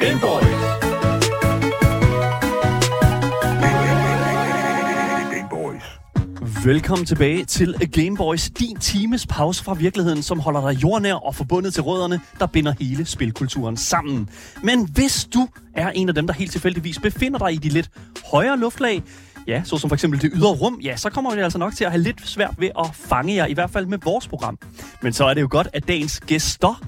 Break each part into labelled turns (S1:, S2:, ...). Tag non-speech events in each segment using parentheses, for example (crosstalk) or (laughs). S1: Gameboys.
S2: Velkommen tilbage til Game Boys, din times pause fra virkeligheden, som holder dig jordnær og forbundet til rødderne, der binder hele spilkulturen sammen. Men hvis du er en af dem, der helt tilfældigvis befinder dig i de lidt højere luftlag, ja, såsom for eksempel det ydre rum, ja, så kommer det altså nok til at have lidt svært ved at fange jer, i hvert fald med vores program. Men så er det jo godt, at dagens gæster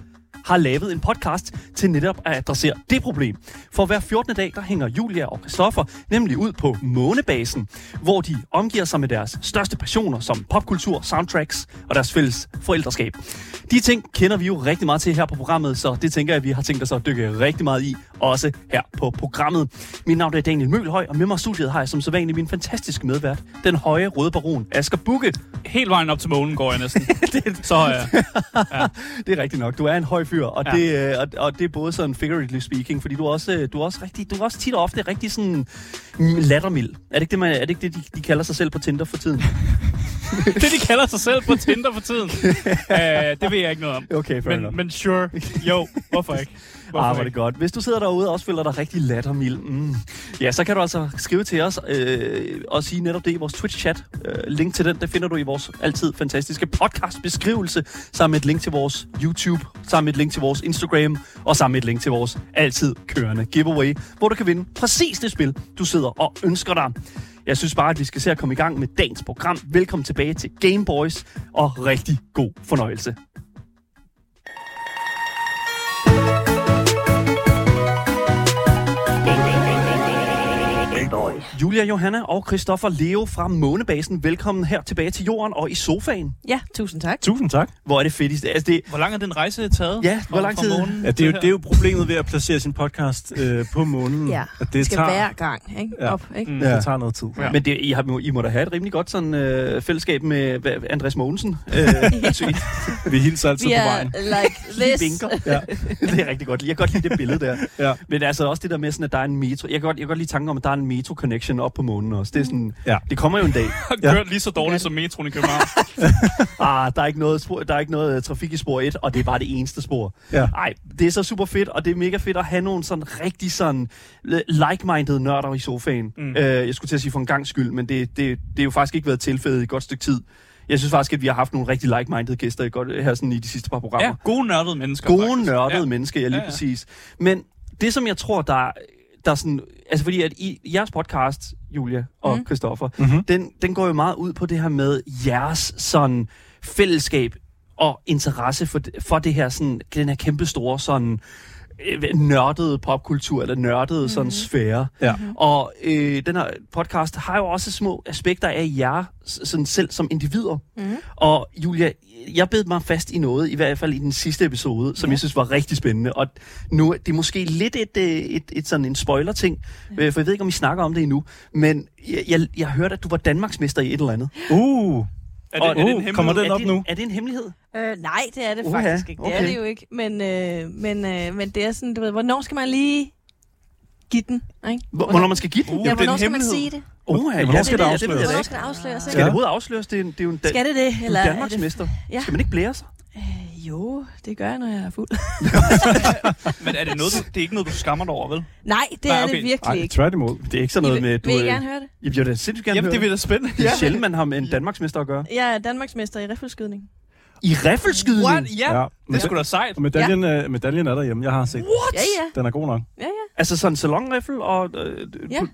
S2: har lavet en podcast til netop at adressere det problem. For hver 14. dag, der hænger Julia og Christoffer nemlig ud på månebasen, hvor de omgiver sig med deres største passioner som popkultur, soundtracks og deres fælles forældreskab. De ting kender vi jo rigtig meget til her på programmet, så det tænker jeg, at vi har tænkt os at dykke rigtig meget i, også her på programmet. Mit navn er Daniel Mølhøj, og med mig i studiet har jeg som sædvanlig min fantastiske medvært, den høje røde baron Asger Bukke.
S3: Helt vejen op til månen går jeg næsten. det, så øh,
S2: Det er rigtigt nok. Du er en høj fyr, og, ja.
S3: Ja.
S2: det, øh, og, og det er både sådan figuratively speaking, fordi du er også, øh, du er også, rigtig, du er også tit og ofte rigtig sådan mm, lattermild. Er det ikke det, man, er det, ikke det de, de kalder sig selv på Tinder for tiden?
S3: det, de kalder sig selv på Tinder for
S2: (laughs)
S3: tiden, øh, det ved jeg ikke noget om.
S2: Okay, fair enough.
S3: men, men sure, jo, hvorfor
S2: (laughs)
S3: ikke? Hvorfor
S2: Ah, var det godt. Hvis du sidder derude og også føler dig rigtig lattermild, mm, ja, så kan du altså skrive til os øh, og sige netop det i vores Twitch-chat. Øh, link til den, der finder du i vores altid fantastiske podcast-beskrivelse, sammen med et link til vores YouTube, sammen med et link til vores Instagram, og sammen med et link til vores altid kørende giveaway, hvor du kan vinde præcis det spil, du sidder og ønsker dig. Jeg synes bare, at vi skal se at komme i gang med dagens program. Velkommen tilbage til Game Boys, og rigtig god fornøjelse. Julia, Johanna og Christoffer Leo fra Månebasen, velkommen her tilbage til jorden og i sofaen.
S4: Ja, tusind tak.
S5: Tusind tak.
S2: Hvor er det fedt. i- Altså, det,
S3: Hvor lang er den rejse taget?
S2: Ja, hvor
S3: Fra-
S2: lang
S3: fra
S2: tid?
S3: månen
S5: Ja, det, er jo,
S3: til
S5: det er jo problemet ved at placere sin podcast øh, på
S2: Mm.
S5: månen.
S4: Ja,
S5: at
S4: Det
S5: det
S4: skal
S5: tager,
S4: hver gang, ikke?
S5: Ja.
S4: Op, ikke?
S3: Mm.
S5: Ja. det tager noget tid.
S3: Ja.
S2: men det, I, har, må- I må da have et rimelig godt sådan, øh, fællesskab med hvad, Andreas Mogensen. Øh, tydeligt.
S5: Vi hilser altid
S4: Vi
S5: på
S4: er
S5: vejen.
S2: (laughs)
S4: like
S2: De
S4: this.
S2: vinker.
S5: Ja.
S2: det er rigtig godt. Jeg kan godt lide det billede der.
S5: Ja.
S2: Men altså også det der med, sådan, at der er en metro. Jeg kan godt, jeg kan godt lide tanken om, at der er en metro-connection op på månen også. Det, er sådan,
S5: Ja.
S2: det kommer jo en dag.
S3: har kørt lige så dårligt som metroen i
S2: (laughs)
S3: København.
S2: Ah, der er ikke noget, spor, der er ikke noget øh, trafik i spor 1, og det er bare det eneste spor.
S5: Ja.
S2: Ej, det er så super fedt, og det er mega fedt at have nogle sådan rigtig sådan øh, like-minded nørder i sofaen. Mm. Øh, jeg skulle til at sige for en gang skyld, men det, det, det er jo faktisk ikke været tilfældet i et godt stykke tid. Jeg synes faktisk, at vi har haft nogle rigtig like-minded gæster i, godt, her sådan i de sidste par programmer.
S3: ja, gode nørdede mennesker.
S2: Gode
S3: faktisk.
S2: nørdede ja.
S3: Ja.
S2: mennesker, ja lige ja,
S3: Ja,
S2: ja.
S3: ja.
S2: præcis. Men det, som jeg tror, der, der sådan... Altså fordi, at i jeres podcast, Julia og mm. Christoffer, mm-hmm. den, den går jo meget ud på det her med jeres sådan fællesskab og interesse for, for det her sådan, den her kæmpe store sådan øh, nørdede popkultur, eller nørdede mm-hmm. sådan sfære.
S5: Ja.
S2: Og øh, den her podcast har jo også små aspekter af jer s- sådan selv som individer.
S4: Mhm.
S2: Mm. Og Julia, jeg bed mig fast i noget, i hvert fald i den sidste episode, som ja. jeg synes var rigtig spændende. Og nu det er måske lidt et, øh, et, et sådan en spoiler-ting, ja. for jeg ved ikke, om I snakker om det endnu, men jeg, jeg, jeg hørte, at du var Danmarksmester i et eller andet.
S5: Uh,
S3: Er det, er det en
S5: Uh,
S3: hemmelighed?
S5: kommer den
S2: er,
S5: op
S2: det, en-
S5: nu?
S2: er det en hemmelighed?
S4: Øh, nej, det er det
S2: Uha,
S4: faktisk ikke. Det er
S2: okay.
S4: det jo ikke. Men, øh, men, øh, men det er sådan, du ved, hvornår skal man lige give den, ikke?
S2: Hvor- Hvornår man skal give den?
S4: Ja,
S3: det er
S4: hvornår
S3: en
S4: skal man
S3: hemmelighed.
S4: sige det?
S2: Uh, ja,
S5: hvornår skal
S2: det ved
S5: det
S2: jeg- det ved jeg da
S4: Hvornår
S2: ikke.
S4: skal det afsløres?
S2: Skal
S4: Ikke?
S2: det overhovedet afsløres? Det er, en- det er jo en, da-
S4: Skal det det?
S2: du
S4: Eller
S2: er
S4: er det-
S2: Danmarksmester.
S4: Ja.
S2: Skal man ikke blære sig?
S4: Øh, jo, det gør jeg, når jeg er fuld.
S3: Men er det, noget, du, det er ikke noget, du skammer dig over, vel?
S4: Nej, det
S3: Nej,
S4: er
S3: okay.
S4: det virkelig
S5: ej,
S4: ikke.
S5: tværtimod.
S2: Det er ikke sådan noget
S4: I
S2: med,
S4: vil,
S2: at du...
S4: vil I
S2: øh,
S4: gerne høre det?
S2: Jeg vil da sindssygt gerne
S3: Jamen, det
S2: høre
S3: bliver da spændende.
S2: Det er sjældent, man har med en Danmarksmester at gøre.
S4: Jeg er Danmarksmester i riffelskydning.
S2: I riffelskydning?
S3: What? Ja, det
S5: Ja,
S3: er
S5: men-
S3: sgu da sejt.
S5: Og medaljen, ja. øh, medaljen er derhjemme. Jeg har set. What?
S4: Ja, ja.
S5: Den er god nok.
S4: Ja, ja.
S2: Altså sådan en salonriffel og... Øh,
S4: Ja.
S2: ja.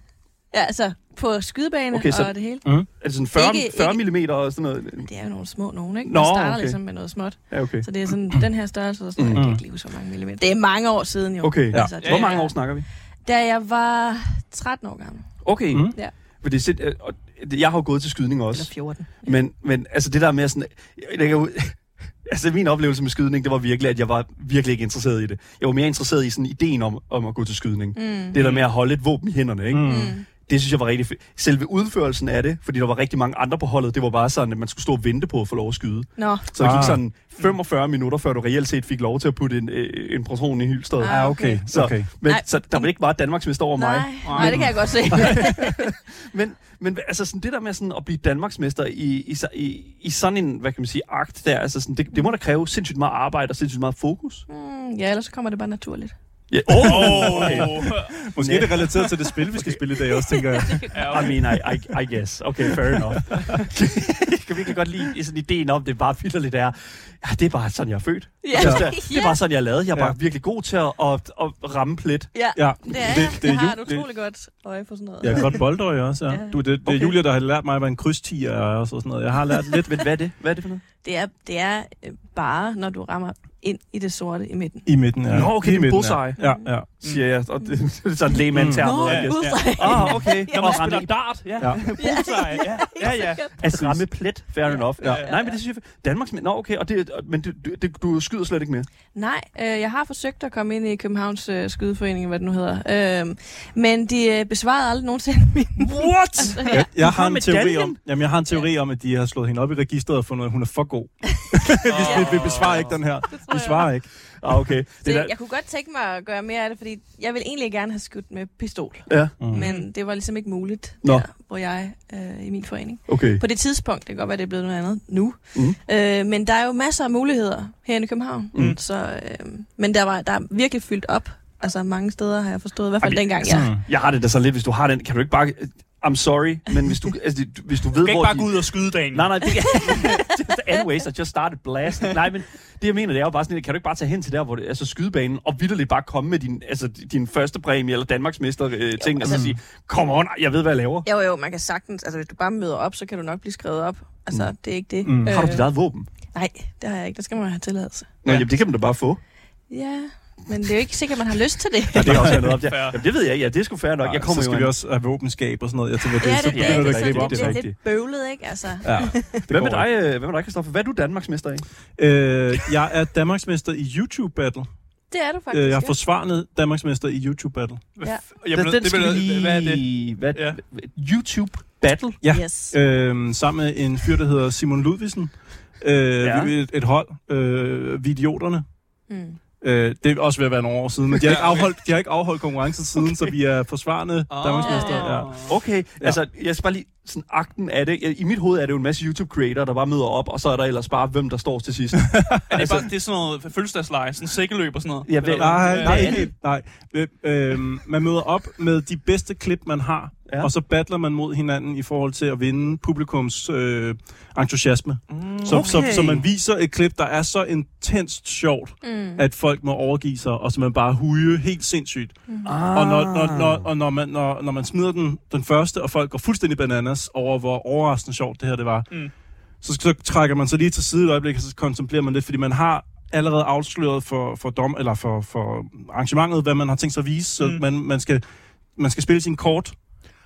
S4: ja altså, på skydebane
S2: Okay,
S4: okay,
S2: så-
S4: og det hele.
S2: Altså sådan 40,
S4: Ikke-
S2: 40
S4: ikke-
S2: mm og sådan noget.
S4: Det er jo nogle små nogen, ikke?
S2: Nå,
S4: Man starter
S2: okay.
S4: ligesom med noget småt.
S2: Ja, okay.
S4: Så det er sådan den her størrelse, og sådan, mm. jeg kan ikke lige huske, hvor mange millimeter. Det er mange år siden jo.
S2: Okay.
S5: Ja.
S4: det
S2: Hvor
S4: er-
S2: mange år snakker vi?
S4: Da jeg var 13 år gammel,
S2: Okay.
S5: Mm.
S4: Ja.
S2: Fordi sind, øh, og det- jeg har jo gået til skydning
S4: eller
S2: også.
S4: 14.
S2: Men, men altså det der med sådan... Jeg, jeg, jeg, (laughs) altså min oplevelse med skydning, det var virkelig, at jeg var virkelig ikke interesseret i det. Jeg var mere interesseret i sådan ideen om, om at gå til skydning. Mm. Det der med at holde et våben i hænderne, ikke? Mm. Det synes jeg var rigtig fedt. Selve udførelsen af det, fordi der var rigtig mange andre på holdet, det var bare sådan, at man skulle stå og vente på at få lov at skyde.
S4: Nå,
S2: Så det gik
S5: Ah.
S2: sådan 45 minutter, før du reelt set fik lov til at putte en, øh, en proton i hylsteret.
S4: Ah,
S5: Ah,
S4: okay.
S5: okay.
S2: Så,
S5: okay.
S2: men,
S4: Nej.
S2: så der var ikke bare Danmarks mester over
S4: nej.
S2: mig.
S4: nej, det kan jeg godt
S2: (laughs)
S4: se.
S2: Men, men altså sådan det der med sådan at blive Danmarksmester i, i, så- i, i sådan en, hvad kan man sige, akt der, altså sådan, det, det må da kræve sindssygt meget arbejde og sindssygt meget fokus.
S4: mm, ja, ellers så kommer det bare naturligt.
S2: Ja. Oh,
S3: Oh,
S2: okay.
S5: Måske er det relateret til det spil, vi skal spille i dag også, tænker jeg.
S2: (laughs)
S3: ja,
S2: I mean, I, I, I guess. Okay, fair enough. (laughs) jeg kan virkelig godt lide sådan ideen om, det bare vildt er, ja, det er bare sådan, jeg er født.
S4: Ja.
S2: Altså, det, er- det er
S4: Ja.
S2: bare sådan, jeg er lavet. Jeg er
S5: Ja.
S2: bare virkelig god til at, at, at ramme plet.
S4: Ja,
S5: Ja,
S4: det er jeg. jeg har
S5: Ju-
S4: et utroligt godt øje for sådan noget.
S5: Jeg er godt boldøje også, ja.
S4: Ja.
S5: Du, det, det er
S2: Okay.
S5: Julia, der har lært mig, hvad en krydstiger er og sådan noget. Jeg har lært lidt
S2: Men hvad er det? Hvad er det for noget?
S4: Det er, det er øh, bare, når du rammer ind i det sorte i midten.
S5: i midten. Ja.
S2: Nå, okay,
S5: I
S2: det er en
S5: midten,
S2: bullseye.
S5: Ja, ja. ja.
S2: Siger jeg. Og det, det Mm. er (laughs) sådan lægmand termet.
S4: Nå,
S3: ja.
S4: bullseye.
S2: Ah,
S4: (laughs)
S2: okay.
S3: Når man spiller dart, ja.
S5: Ja.
S3: Bullseye, ja. Ja, ja.
S2: At ramme plet, fair enough.
S5: Ja.
S2: Ja. Nej, men det synes jeg... Danmarks... Nå, okay, og det, og- men du, du, det- du skyder slet ikke med.
S4: Nej, øh, jeg har forsøgt at komme ind i Københavns øh, Skydeforening, hvad det nu hedder. Øh, men de øh, besvarede aldrig nogensinde (laughs) min...
S2: What?
S4: Altså,
S5: Jeg, jeg, har
S2: har
S5: en
S2: medaljen?
S5: teori om, jamen, jeg har en teori om, at de har slået hende op i registret og fundet, at hun er for
S4: (laughs)
S5: god. Vi, vi besvarer ikke den her.
S4: tror
S5: Vi
S4: jeg.
S5: svarer ikke.
S2: Ah, okay.
S4: Det,
S2: Det er,
S4: jeg kunne godt tænke mig at gøre mere af det, fordi jeg ville egentlig gerne have skudt med pistol.
S2: da- ja,
S4: Mm. Men det var ligesom ikke muligt,
S2: Mhm. Nå.
S4: der, hvor jeg øh, i min forening.
S2: okay.
S4: På det tidspunkt, det kan godt være, det er blevet noget andet nu.
S2: Mm.
S4: Øh, men der er jo masser af muligheder her i København.
S2: Mm.
S4: Så, øh, men der, var, der er virkelig fyldt op. Altså mange steder har jeg forstået, i hvert fald
S2: Ej, men
S4: dengang
S2: altså,
S4: jeg...
S2: Jeg har det da sådan lidt, hvis du har den, kan du ikke bare... I'm sorry, men hvis du, altså, det- hvis du ved,
S3: Du kan
S2: hvor
S3: ikke bare
S2: de...
S3: gå ud og skyde dagen.
S2: Nej, nej, det just (laughs) anyways, I just started blasting. Nej, men det jeg mener, det er jo bare sådan, lidt, kan du ikke bare tage hen til der, hvor det, altså skydebanen, og vidderligt bare komme med din, altså, din første præmie, eller Danmarksmester øh, ting, og så
S4: altså-
S2: sige, kom on, jeg ved, hvad jeg laver.
S4: Jo, jo, man kan sagtens... Altså, hvis du bare møder op, så kan du nok blive skrevet op. Altså, mm. det er ikke det.
S5: Mm.
S2: Har du dit eget våben?
S4: Nej, det har jeg ikke. Der skal man have tilladelse.
S2: Nå,
S5: Ja.
S2: jamen, det kan man da bare få.
S4: Ja, men det er jo ikke sikkert, man har lyst til det.
S2: Ja, det er også noget op der.
S3: Fair.
S2: Jamen, det ved jeg ikke. Ja, det er sgu fair nok. Jeg kommer
S5: så skal
S2: jo
S5: vi
S2: an-
S5: også have våbenskab og sådan noget. Jeg tænker, det,
S4: Ja,
S5: så
S4: det, det,
S5: begynder
S4: det,
S5: du
S4: det,
S5: at
S4: så
S5: gribe
S4: det,
S5: op.
S4: det
S2: er
S4: bliver
S2: rigtigt.
S4: lidt bøvlet, ikke? Altså,
S5: Ja,
S2: Hvad med dig, øh, hvad med dig, Christoffer? Hvad er du Danmarksmester i?
S5: Øh, jeg er Danmarksmester i YouTube Battle.
S4: det er du faktisk.
S5: Øh, jeg har
S4: ja.
S5: forsvarende Danmarksmester i YouTube Battle.
S4: Ja.
S3: Jeg blev, det blev, Hvad er det?
S2: Hvad,
S3: Ja.
S2: YouTube Battle?
S5: Ja.
S4: Yes.
S5: Øh, sammen med en fyr, der hedder Simon Ludvigsen. Øh,
S2: Ja.
S5: ja. Et, et hold. Øh, vi idioterne.
S4: Mm.
S5: Øh, det er også ved at være nogle år siden, men de har ikke afholdt, de har ikke afholdt konkurrencen siden, okay. så vi er forsvarende
S3: Ah.
S5: oh. Danmarksmester. Ja.
S2: Okay, ja.
S5: Ja.
S2: altså jeg skal bare lige sådan akten af det. I mit hoved er det jo en masse YouTube-creator, der bare møder op, og så er der ellers bare, hvem der står til sidst.
S3: Er det,
S5: Altså-
S3: bare, det er sådan noget fødselsdagsleje, sådan sækkeløb og sådan noget.
S2: Ja, vel-
S3: Eller-
S5: Nej, nej,
S2: er
S5: ikke helt. Nej. Øh, øhm, man møder op med de bedste klip, man har,
S2: Ja.
S5: ja. og så battler man mod hinanden i forhold til at vinde publikums øh, entusiasme. Mm, så, så,
S2: okay.
S5: så man viser et klip, der er så intenst sjovt,
S4: Mm.
S5: at folk må overgive sig, og så man bare huge helt sindssygt.
S2: Ah.
S5: Og, når, når, når, og når, man, når, når man smider den, den første, og folk går fuldstændig bananas over, hvor overraskende sjovt det her det var,
S3: Mm.
S5: mm. så, så trækker man sig lige til side et øjeblik, og så kontemplerer man lidt, fordi man har allerede afsløret for, for, dom, eller for, for arrangementet, hvad man har tænkt sig at vise, så
S3: Mm.
S5: mm. man, man, skal, man skal spille sin kort.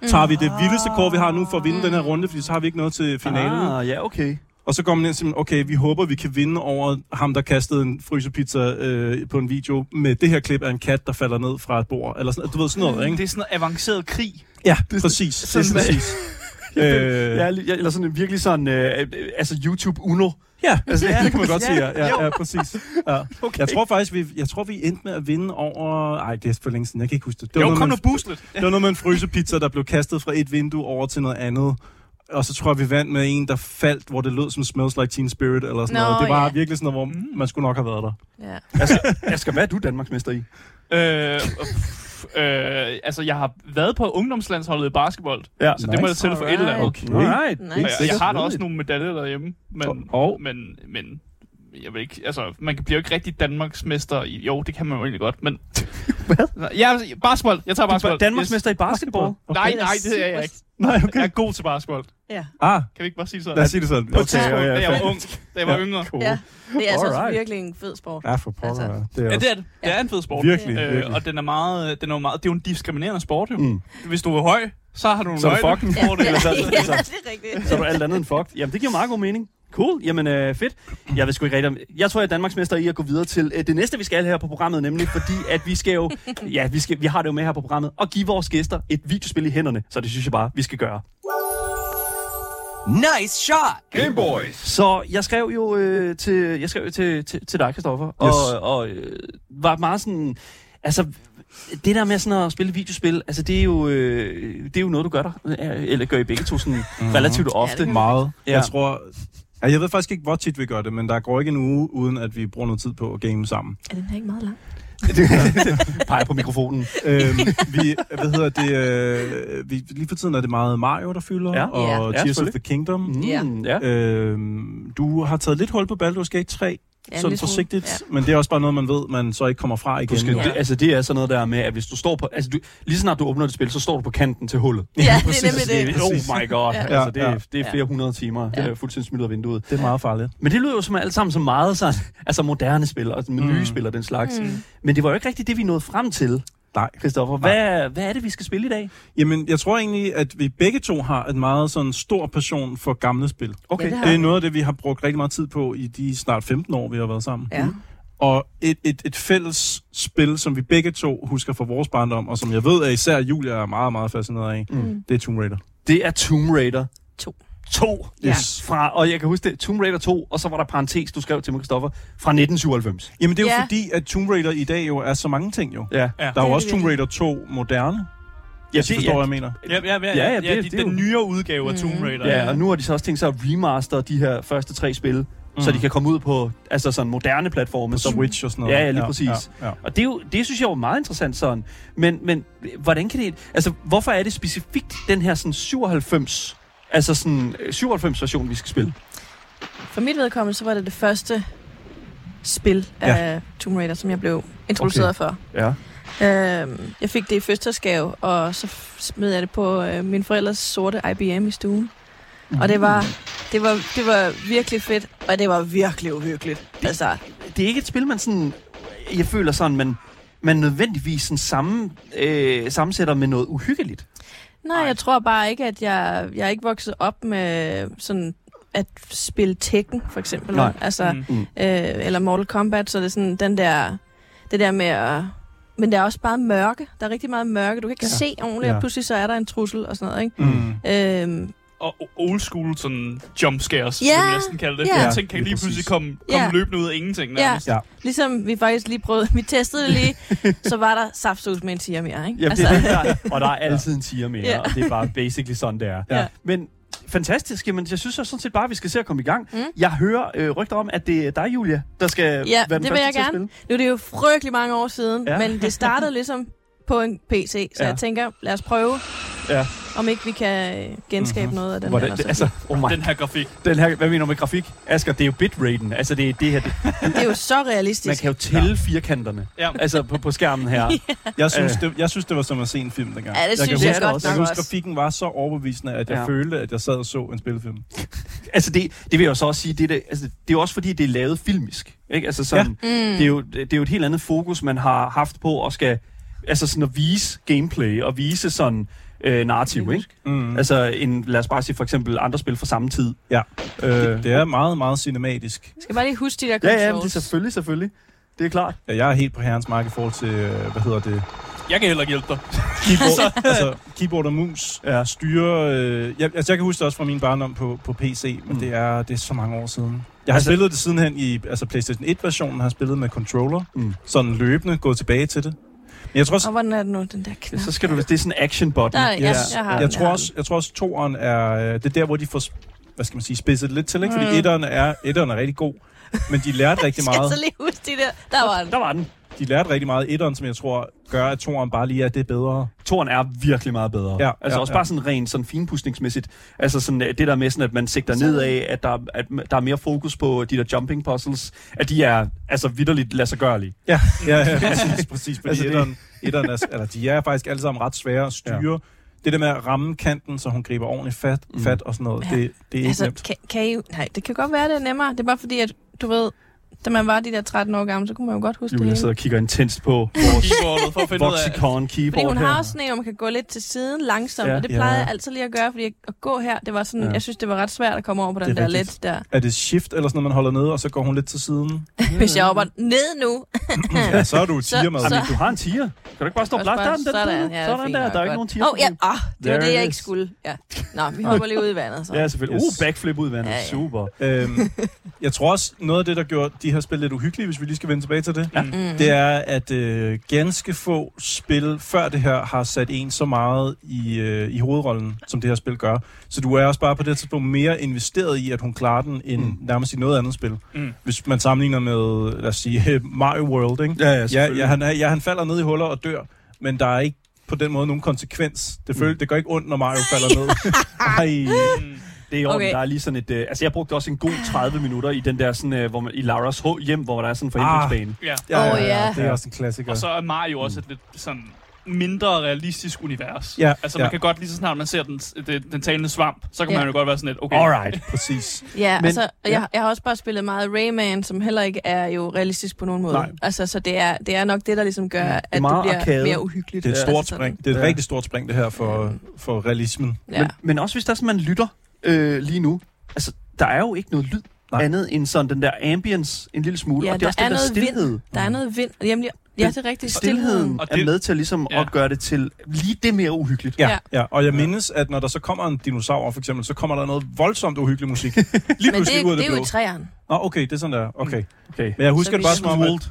S5: Mm. Tager vi det vildeste kort, vi har nu, for at vinde mm. den her runde, fordi så har vi ikke noget til finalen.
S2: Ah, ja, okay.
S5: Og så går man ind og siger, okay, vi håber, vi kan vinde over ham, der kastede en frysepizza øh, på en video med det her klip af en kat, der falder ned fra et bord. Eller sådan, du ved sådan noget, ikke?
S3: Mm. Det er sådan noget avanceret krig.
S5: Ja, præcis. Det er
S3: sådan-
S5: præcis. øh,
S2: Ja, li- ja, eller sådan en virkelig sådan, øh, øh, altså YouTube Uno.
S5: ja,
S2: Altså, ja,
S5: det kan man godt
S2: ja,
S5: sige. Ja, ja, ja præcis. Ja.
S2: Okay.
S5: Jeg tror faktisk, vi, jeg tror, vi endte med at vinde over... Ej, det er for længe siden. Jeg kan ikke huske det. det
S3: Jo,
S5: noget
S3: kom
S5: med-
S3: nu boost lidt.
S5: Det var noget med en frysepizza, der blev kastet fra et vindue over til noget andet. Og så tror jeg, vi vandt med en, der faldt, hvor det lød som Smells Like Teen Spirit eller sådan
S4: Nå,
S5: noget. Det var
S4: ja.
S5: virkelig sådan noget,
S3: Mm.
S5: hvor man skulle nok have været der.
S4: Ja.
S2: Asger, hvad er du Danmarksmester i?
S3: Øh, pff, øh, altså, jeg har været på ungdomslandsholdet i basketball,
S2: Ja.
S3: så det må jeg
S5: Nice.
S3: tælle for et eller andet.
S5: Okay.
S2: Alright.
S4: Nice.
S2: Helt
S3: Og Jeg, jeg
S2: sikkert.
S3: har da også nogle medaljer derhjemme, men,
S5: Og- og-
S3: men, men jeg ved ikke, altså, man bliver jo ikke rigtig Danmarksmester i... Jo, det kan man jo egentlig godt,
S5: (laughs)
S3: men... Hvad? Ja, altså, basketball. Jeg tager basketball.
S2: Danmarksmester i basketball.
S3: Yes. Nej, nej, det er jeg ikke.
S5: Nej,
S3: Jeg
S5: okay.
S3: er god til basketball.
S4: Ja.
S5: Ah,
S3: Kan vi ikke bare sige sådan?
S5: lad os sige det sådan.
S3: På et tidspunkt,
S2: ja,
S3: da jeg var
S2: fair.
S3: ung, da jeg var yngre.
S4: ja. Det er altså også
S2: Alright.
S4: virkelig en fed sport.
S5: Ja, for pokker.
S4: Altså.
S5: ja. Det er
S3: Ja,
S5: også
S3: det er det. Det er en fed sport.
S5: virkelig,
S3: Øh,
S5: virkelig.
S3: og den er meget, øh, den er jo meget, det er jo en diskriminerende sport jo.
S2: Mm.
S3: Hvis du er høj, så har du en
S2: Så er du fucking (laughs)
S4: Ja, ja,
S2: Eller så-
S4: ja, (laughs)
S2: altså-
S4: det er rigtigt.
S2: Så er du alt andet end fucked. Jamen, det giver meget god mening. Cool. Jamen, øh, fedt. Jeg ved sgu ikke rigtig om... Jeg tror, jeg er Danmarksmester i at gå videre til øh, det næste, vi skal her på programmet, nemlig fordi, at vi skal jo... Ja, vi, skal, vi har det jo med her på programmet, og give vores gæster et videospil i hænderne. Så det synes jeg bare, vi skal gøre.
S1: Nice shot!
S6: Game Boys.
S2: Så jeg skrev jo øh, til, jeg skrev jo til, til, til dig, Kristoffer, og,
S5: Yes.
S2: og øh, var meget sådan... Altså, det der med sådan at spille videospil, altså det er jo, øh, det er jo noget, du gør der, øh, eller gør I begge to sådan
S5: Mhm.
S2: relativt ofte.
S4: det
S5: meget.
S2: Ja.
S5: Ja. Jeg tror... Ja, jeg ved faktisk ikke, hvor tit vi gør det, men der går ikke en uge, uden at vi bruger noget tid på at game sammen.
S4: Er den her ikke meget lang?
S2: (laughs) Peger på mikrofonen.
S5: øhm, vi, hvad hedder det, øh, vi, lige for tiden er det meget Mario, der fylder,
S2: Ja.
S5: og
S4: Ja.
S2: Ja,
S5: Tears of
S2: selvfølgelig.
S5: the Kingdom. Mm.
S4: Ja.
S2: Mm, ja.
S5: Øhm, du har taget lidt hul på Baldur's Gate 3,
S4: Ja, en
S5: ja, sådan
S4: lille smule.
S5: forsigtigt, ja. men det er også bare noget, man ved, man så ikke kommer fra igen.
S2: Du skal,
S5: Skal...
S2: ja. det, altså, det er sådan noget der med, at hvis du står på... Altså, du, lige så snart du åbner det spil, så står du på kanten til hullet.
S4: Ja, ja det
S5: præcis.
S4: er nemlig det.
S2: Oh my god. ja. Altså, det,
S5: Ja.
S2: er, det er flere hundrede timer,
S4: Ja.
S2: ja. fuldstændig smidt ud af vinduet.
S5: Det er meget farligt.
S2: Men det lyder jo som alt sammen så meget sådan, altså moderne spil, og med mm. nye spil og den slags. Mm. Men det var jo ikke rigtigt det, vi nåede frem til,
S5: Nej.
S2: Christoffer. Hvad, hvad er det, vi skal spille i dag?
S5: Jamen, jeg tror egentlig, at vi begge to har en meget sådan stor passion for gamle spil.
S4: Okay. Ja, det har
S5: Det er
S4: vi.
S5: noget af det, vi har brugt rigtig meget tid på i de snart 15 år, vi har været sammen.
S4: Ja.
S5: Og et, et, et fælles spil, som vi begge to husker fra vores barndom, og som jeg ved, at især Julia er meget, meget fascineret af, mm. det er Tomb Raider.
S2: Det er Tomb Raider
S4: To.
S2: 2.
S4: Ja.
S2: Fra, og jeg kan huske det, Tomb Raider 2, og så var der parentes, du skrev til mig, Christoffer, fra 1997.
S5: Jamen, det er jo
S4: Ja.
S5: fordi, at Tomb Raider i dag jo er så mange ting jo.
S2: Ja.
S5: Der er
S4: Det
S5: jo
S4: er
S5: også
S4: det
S5: Tomb
S4: virkelig.
S5: Raider 2 moderne,
S2: Ja,
S5: hvis I forstår, hvad jeg mener.
S3: Ja, ja, ja,
S2: Ja,
S3: ja,
S2: ja,
S3: ja,
S2: det-
S3: ja
S2: det
S3: de,
S2: er jo-
S3: den nyere udgave
S4: Mm.
S3: af Tomb Raider.
S2: Ja, og nu har de så også tænkt sig at remaster de her første tre spil, mm. så de kan komme ud på altså sådan moderne platforme. som-
S5: Switch og sådan noget.
S2: Ja, ja, lige præcis.
S5: Ja, ja.
S2: Og det, er jo, det synes jeg var meget interessant sådan. Men, men hvordan kan det... Altså, hvorfor er det specifikt den her sådan 97... Altså sådan 97-version, vi skal spille?
S4: For mit vedkommende, så var det det første spil
S5: Ja.
S4: af Tomb Raider, som jeg blev introduceret okay. for.
S2: Ja.
S4: Øhm, jeg fik det i fødselsdagsgave, og så f- smed jeg det på øh, min forældres sorte IBM i stuen. Mm. Og det var, det, var, det var virkelig fedt, og det var virkelig uhyggeligt. Altså,
S2: Det er ikke et spil, man sådan... Jeg føler sådan, man, man nødvendigvis sådan samme, øh, sammensætter med noget uhyggeligt.
S4: nej, jeg tror bare ikke, at jeg, jeg er ikke vokset op med sådan at spille Tekken, for eksempel.
S2: Nej.
S4: Altså,
S3: Mm.
S4: øh, eller Mortal Kombat, så er det er sådan den der, det der med at... Men der er også bare mørke. Der er rigtig meget mørke. Du kan ikke ja. se ordentligt, ja.
S5: Ja.
S4: og pludselig så er der en trussel og sådan noget, ikke?
S5: Mm.
S4: Øhm,
S3: og o- old school sådan jump scares,
S4: Ja,
S3: yeah. vil jeg næsten kalde det.
S4: ja.
S3: Yeah. Ting kan
S5: Lige
S3: lige pludselig
S5: præcis.
S3: komme, komme
S4: Ja.
S3: yeah. løbende ud af ingenting
S4: ja,
S3: nærmest.
S5: Ja.
S4: ja, ligesom vi faktisk lige prøvede, (laughs) vi testede det lige, så var der saftsus med en tiger mere, ikke?
S2: Jamen, altså. det er det, der, og der er altid en tiger mere,
S4: Ja.
S2: og det er bare basically sådan, det er.
S4: Ja.
S2: Men fantastisk, jamen jeg synes så sådan set bare, at vi skal se at komme i gang. Mm. Jeg hører øh, rygter om, at det er dig, Julia, der skal
S4: Ja,
S2: være den
S4: det vil
S2: første
S4: jeg
S2: til at
S4: gerne.
S2: spille.
S4: Nu er det jo frygtelig mange år siden,
S2: Ja.
S4: ja. men det startede ligesom på en PC, så
S2: Ja.
S4: ja. jeg tænker, lad os prøve,
S2: Ja.
S4: om ikke vi kan øh, genskabe mm-hmm. noget af den
S2: Hvordan,
S4: her. Altså.
S2: altså, oh my
S3: Den her grafik.
S2: Den her, hvad mener du med grafik? Asger, det er jo bitraten. Altså, det, er det her, det,
S4: Ah, Det er jo så
S2: man
S4: realistisk.
S2: kan jo tælle ja. firkanterne.
S3: Ja.
S2: Altså, på, på skærmen
S4: (laughs)
S2: her.
S5: Jeg, synes,
S2: Øh.
S5: det, jeg synes, det var som at se en film dengang.
S4: Ja, det
S5: jeg
S4: synes
S5: kan
S4: jeg,
S2: huske-
S4: godt
S2: jeg
S5: Jeg
S4: nok
S5: kan huske,
S4: også.
S5: grafikken var så overbevisende, at jeg
S2: Ja.
S5: ja. følte, at jeg sad og så en spillefilm.
S2: altså, det, det vil jeg jo så også sige, det, er det, altså, det er jo også fordi, det er lavet filmisk. Ikke? Altså, sådan, ja.
S4: Mm.
S2: det, er jo, det er jo et helt andet fokus, man har haft på og skal altså sådan at vise gameplay og vise sådan øh, narrativ, ikke? Mm. Altså, en, lad os bare sige for eksempel andre spil fra samme tid.
S5: Ja,
S2: Øh,
S5: det er meget, meget cinematisk.
S4: Jeg skal bare lige huske de der
S2: ja,
S4: controls.
S2: ja, men det er selvfølgelig, selvfølgelig. Det er klart.
S5: Ja, Jeg er helt på herrens mark i forhold til, øh, hvad hedder det,
S3: Jeg kan heller ikke hjælpe dig.
S5: keyboard, altså, keyboard og mus,
S2: Ja.
S5: ja. styre... Øh, jeg, altså, jeg kan huske det også fra min barndom på, på PC, men mm. det, er, det er så mange år siden. Jeg har
S2: Altså-
S5: altså, spillet det sidenhen i altså PlayStation 1-versionen, har jeg spillet med controller,
S2: Mm.
S5: mm. sådan løbende, gået tilbage til det. Men jeg tror også,
S4: Og hvordan er den nu, den der knap?
S2: Så skal du, det er sådan en action button.
S4: Der, ja, jeg, jeg har
S5: jeg
S4: den,
S5: tror
S4: har
S5: også, jeg tror også, toeren er... øh, Det er der, hvor de får hvad skal man sige, spidset lidt til, ikke? Fordi mm. etteren, er, etteren er rigtig god, men
S4: (laughs)
S5: de lærte rigtig
S4: den. Skal jeg
S5: meget.
S4: så lige huske de der? Der var den.
S2: Der var den.
S5: De lærte rigtig meget i etteren, som jeg tror gør, at toeren bare lige er det bedre.
S2: Toren er virkelig meget bedre.
S5: Ja,
S2: altså
S5: ja,
S2: også
S5: ja.
S2: bare sådan rent sådan finpustningsmæssigt. Altså sådan øh, det der med sådan, at man sigter
S4: Så-
S2: nedad, at der, at m- der er mere fokus på de der jumping puzzles, at de er altså vidderligt lade sig gørlige.
S5: Ja, ja, ja præcis, præcis.
S2: Altså,
S5: Fordi altså,
S2: det-
S5: etteren, etteren er, eller de er faktisk alle sammen ret svære at styre. Ja. Det der med at ramme kanten, så hun griber ordentligt fat,
S2: Mm.
S5: fat og sådan noget,
S4: Ja.
S5: ja. det, det er ikke
S4: Altså,
S5: altså, nemt.
S4: kan, kan I, nej, det kan godt være, det er nemmere. Det er bare fordi, at du ved, da man var de der 13 år gammel, så kunne man jo godt huske
S2: Julia
S4: det
S2: sidder
S4: hele.
S2: og kigger intenst på vores
S3: (laughs) Keyboardet for at finde ud af...
S2: Voxicon
S4: Fordi
S2: keyboard
S4: hun har
S2: her.
S4: også sådan en, hvor man kan gå lidt til siden langsomt,
S2: Ja.
S4: ja, og det
S5: Ja.
S4: plejede jeg altid lige at gøre, fordi at gå her, det var sådan,
S2: Ja.
S4: ja. jeg synes, det var ret svært at komme over på den
S5: Det er
S4: der
S5: rigtigt.
S4: let der.
S5: Er det shift eller sådan noget, man holder nede, og så går hun lidt til siden?
S4: Hvis jeg var ned nu,
S5: Ja, så er du
S4: Så-
S5: tiger med.
S2: Jamen, du har en tiger. Kan du ikke bare stå
S4: Også
S2: blast? Der er
S4: bare
S2: den, den, sådan,
S4: ja,
S2: sådan
S4: fint
S2: der.
S4: nok,
S2: Der er ikke
S4: godt.
S2: nogen tiger.
S4: Åh, ja, åh, det var
S2: There
S4: det,
S2: it
S4: jeg ikke
S2: is.
S4: skulle. Ja. Nå,
S2: (laughs)
S4: vi hopper lige ud i vandet så.
S2: Ja, selvfølgelig.
S5: Yes.
S2: Uh, backflip ud i vandet.
S4: Ja, ja.
S2: Super.
S5: øhm, jeg tror også, noget af det, der gjorde de her spil lidt uhyggelige, hvis vi lige skal vende tilbage til det,
S2: Ja.
S5: ja.
S4: Mm.
S5: det er, at øh, ganske få spil før det her har sat en så meget i, øh, i hovedrollen, som det her spil gør. Så du er også bare på det her tidspunkt mere investeret i, at hun klarer den, end mm. nærmest i noget andet spil.
S3: Mm.
S5: Hvis man sammenligner med, lad os sige, (laughs) Mario World, ikke? Ja, ja, Ja, selvfølgelig.
S2: Selvfølgelig.
S5: ja, han, er, ja, han falder ned i huller og dør, men der er ikke på den måde nogen konsekvens. Det, føl, det gør ikke ondt, når Mario falder ned.
S4: (laughs)
S5: Ej.
S2: Det er i orden. Okay.
S4: Ah. Okay.
S2: Der er lige sådan et... Øh, altså, jeg brugte også en god 30 minutter i den der sådan, øh, hvor man, i Laras H- hjem, hvor der er sådan en
S4: Ah.
S2: forhindringsbane.
S3: Ja.
S4: Åh, ja.
S5: Det er også en klassiker.
S3: Og så er Mario også et lidt sådan mindre realistisk univers.
S5: Ja,
S3: altså man
S5: ja.
S3: kan godt lige så snart man ser den, den, den talende svamp, så kan
S4: Ja.
S3: man jo godt være sådan lidt, okay,
S2: Ah. Alright.
S5: Præcis.
S4: Ja,
S2: Men-
S4: men, altså, og
S5: ja.
S4: Jeg, jeg har også bare spillet meget Rayman, som heller ikke er jo realistisk på nogen måde.
S5: Nej.
S4: Altså, så det er, det er nok det, der ligesom gør, at det,
S2: meget
S4: bliver
S2: arcade.
S4: mere uhyggeligt.
S5: Det er et stort
S4: altså, sådan.
S5: spring. Det er et
S2: Ja.
S5: rigtig stort spring, det her, for, for realismen.
S4: Ja.
S2: Men, men også hvis der er sådan, man lytter øh, lige nu. Altså, der er jo ikke noget lyd
S5: Nej.
S2: Nej. andet end sådan den der ambience en lille smule.
S4: Ja,
S2: og det
S4: der
S2: er også den der
S4: er noget vind.
S2: stillhed.
S4: Der er noget vind. Jamen, ja, ja, det er rigtigt.
S2: Stilheden
S4: Stilheden.
S2: og
S3: Og
S2: det, er
S3: det-
S2: med til ligesom
S3: Ja.
S2: at gøre det til lige det mere uhyggeligt.
S5: Ja,
S4: Ja.
S5: ja. Og jeg mindes, at når der så kommer en dinosaur, for eksempel, så kommer der noget voldsomt uhyggelig musik. Lige
S4: (laughs) Men det,
S5: pludselig ud af
S4: det
S5: det,
S4: er jo
S5: blå.
S4: i træerne.
S5: Nå, okay, det er sådan der. Okay.
S2: Okay.
S5: Men jeg husker
S4: Så
S5: det bare
S4: vi-
S5: som om, at...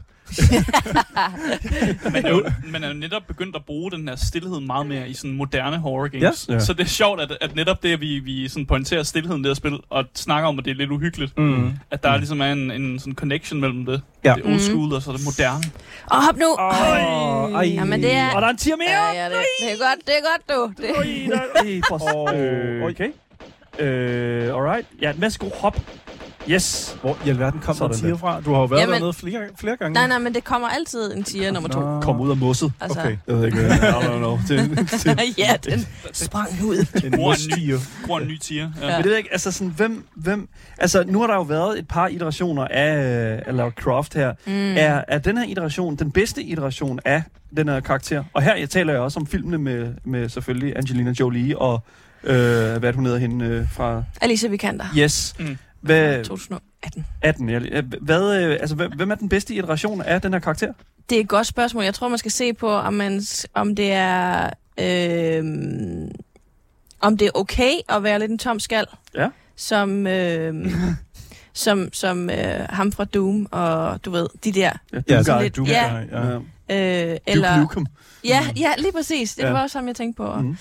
S3: man, er jo,
S5: (laughs)
S3: man er jo netop begyndt at bruge den her stillhed meget mere i sådan moderne horror games.
S5: Yes. Ja.
S3: Så det er sjovt, at, at netop det, at vi, vi sådan pointerer stillheden ved at spille, og snakker om, at det er lidt uhyggeligt,
S5: Mm.
S3: at der ligesom er en, en sådan connection mellem det.
S5: Ja.
S3: Det old school og så det moderne.
S4: Åh, hop nu! Ej.
S5: Ej.
S4: Jamen, det er...
S2: Og der er en tier mere!
S4: Ja, ja, det, det er godt, det er godt, du. Det,
S2: Ej, for- øh, okay. Øh, alright. Ja, en masse god hop. Yes.
S5: Hvor i alverden kom
S2: Sådan
S5: der tiger
S2: der.
S5: fra? Du har jo været
S4: Jamen-
S5: dernede flere, flere gange.
S4: nej, nej, men det kommer altid en tiger nummer to.
S5: Nå.
S2: Kom ud af mosset.
S4: Altså,
S5: Okay.
S2: Jeg ved ikke, hvad I don't know. Det, det,
S4: (laughs) ja, den (laughs) sprang ud.
S5: En
S3: Bruger en ny,
S5: mustiger.
S3: bruger en ny tier. Ja.
S4: Ja.
S2: (laughs) Men
S3: Ja.
S2: det ved jeg ikke, altså sådan, hvem, hvem... Altså, nu har der jo været et par iterationer af, øh, af Lara Croft her. Mm. Er, er den her iteration den bedste iteration af den her karakter? Og her jeg taler jeg også om filmene med, med selvfølgelig Angelina Jolie og... Øh, hvad er det, hun hedder hende øh, fra...
S4: Alicia Vikander.
S2: Yes.
S3: Mm.
S2: Hvad,
S4: 2018.
S2: 18, jeg, øh, hvad, øh, altså, hvem, hvem er den bedste iteration af den her karakter?
S4: Det er et godt spørgsmål. Jeg tror, man skal se på, om, man, s- om det er... Øh, om det er okay at være lidt en tom skal.
S2: Ja. (laughs)
S4: Som, øh, som, som øh, ham fra Doom og du ved, de der.
S5: Ja, altså,
S2: Doom
S5: sådan
S2: Guy.
S5: lidt. Du,
S4: Ja.
S5: ja. ja.
S4: Øh,
S2: Duke
S4: eller,
S2: Nukem.
S4: ja, ja, lige præcis. Det
S2: Ja.
S4: var også ham, jeg tænkte på.
S2: Mm.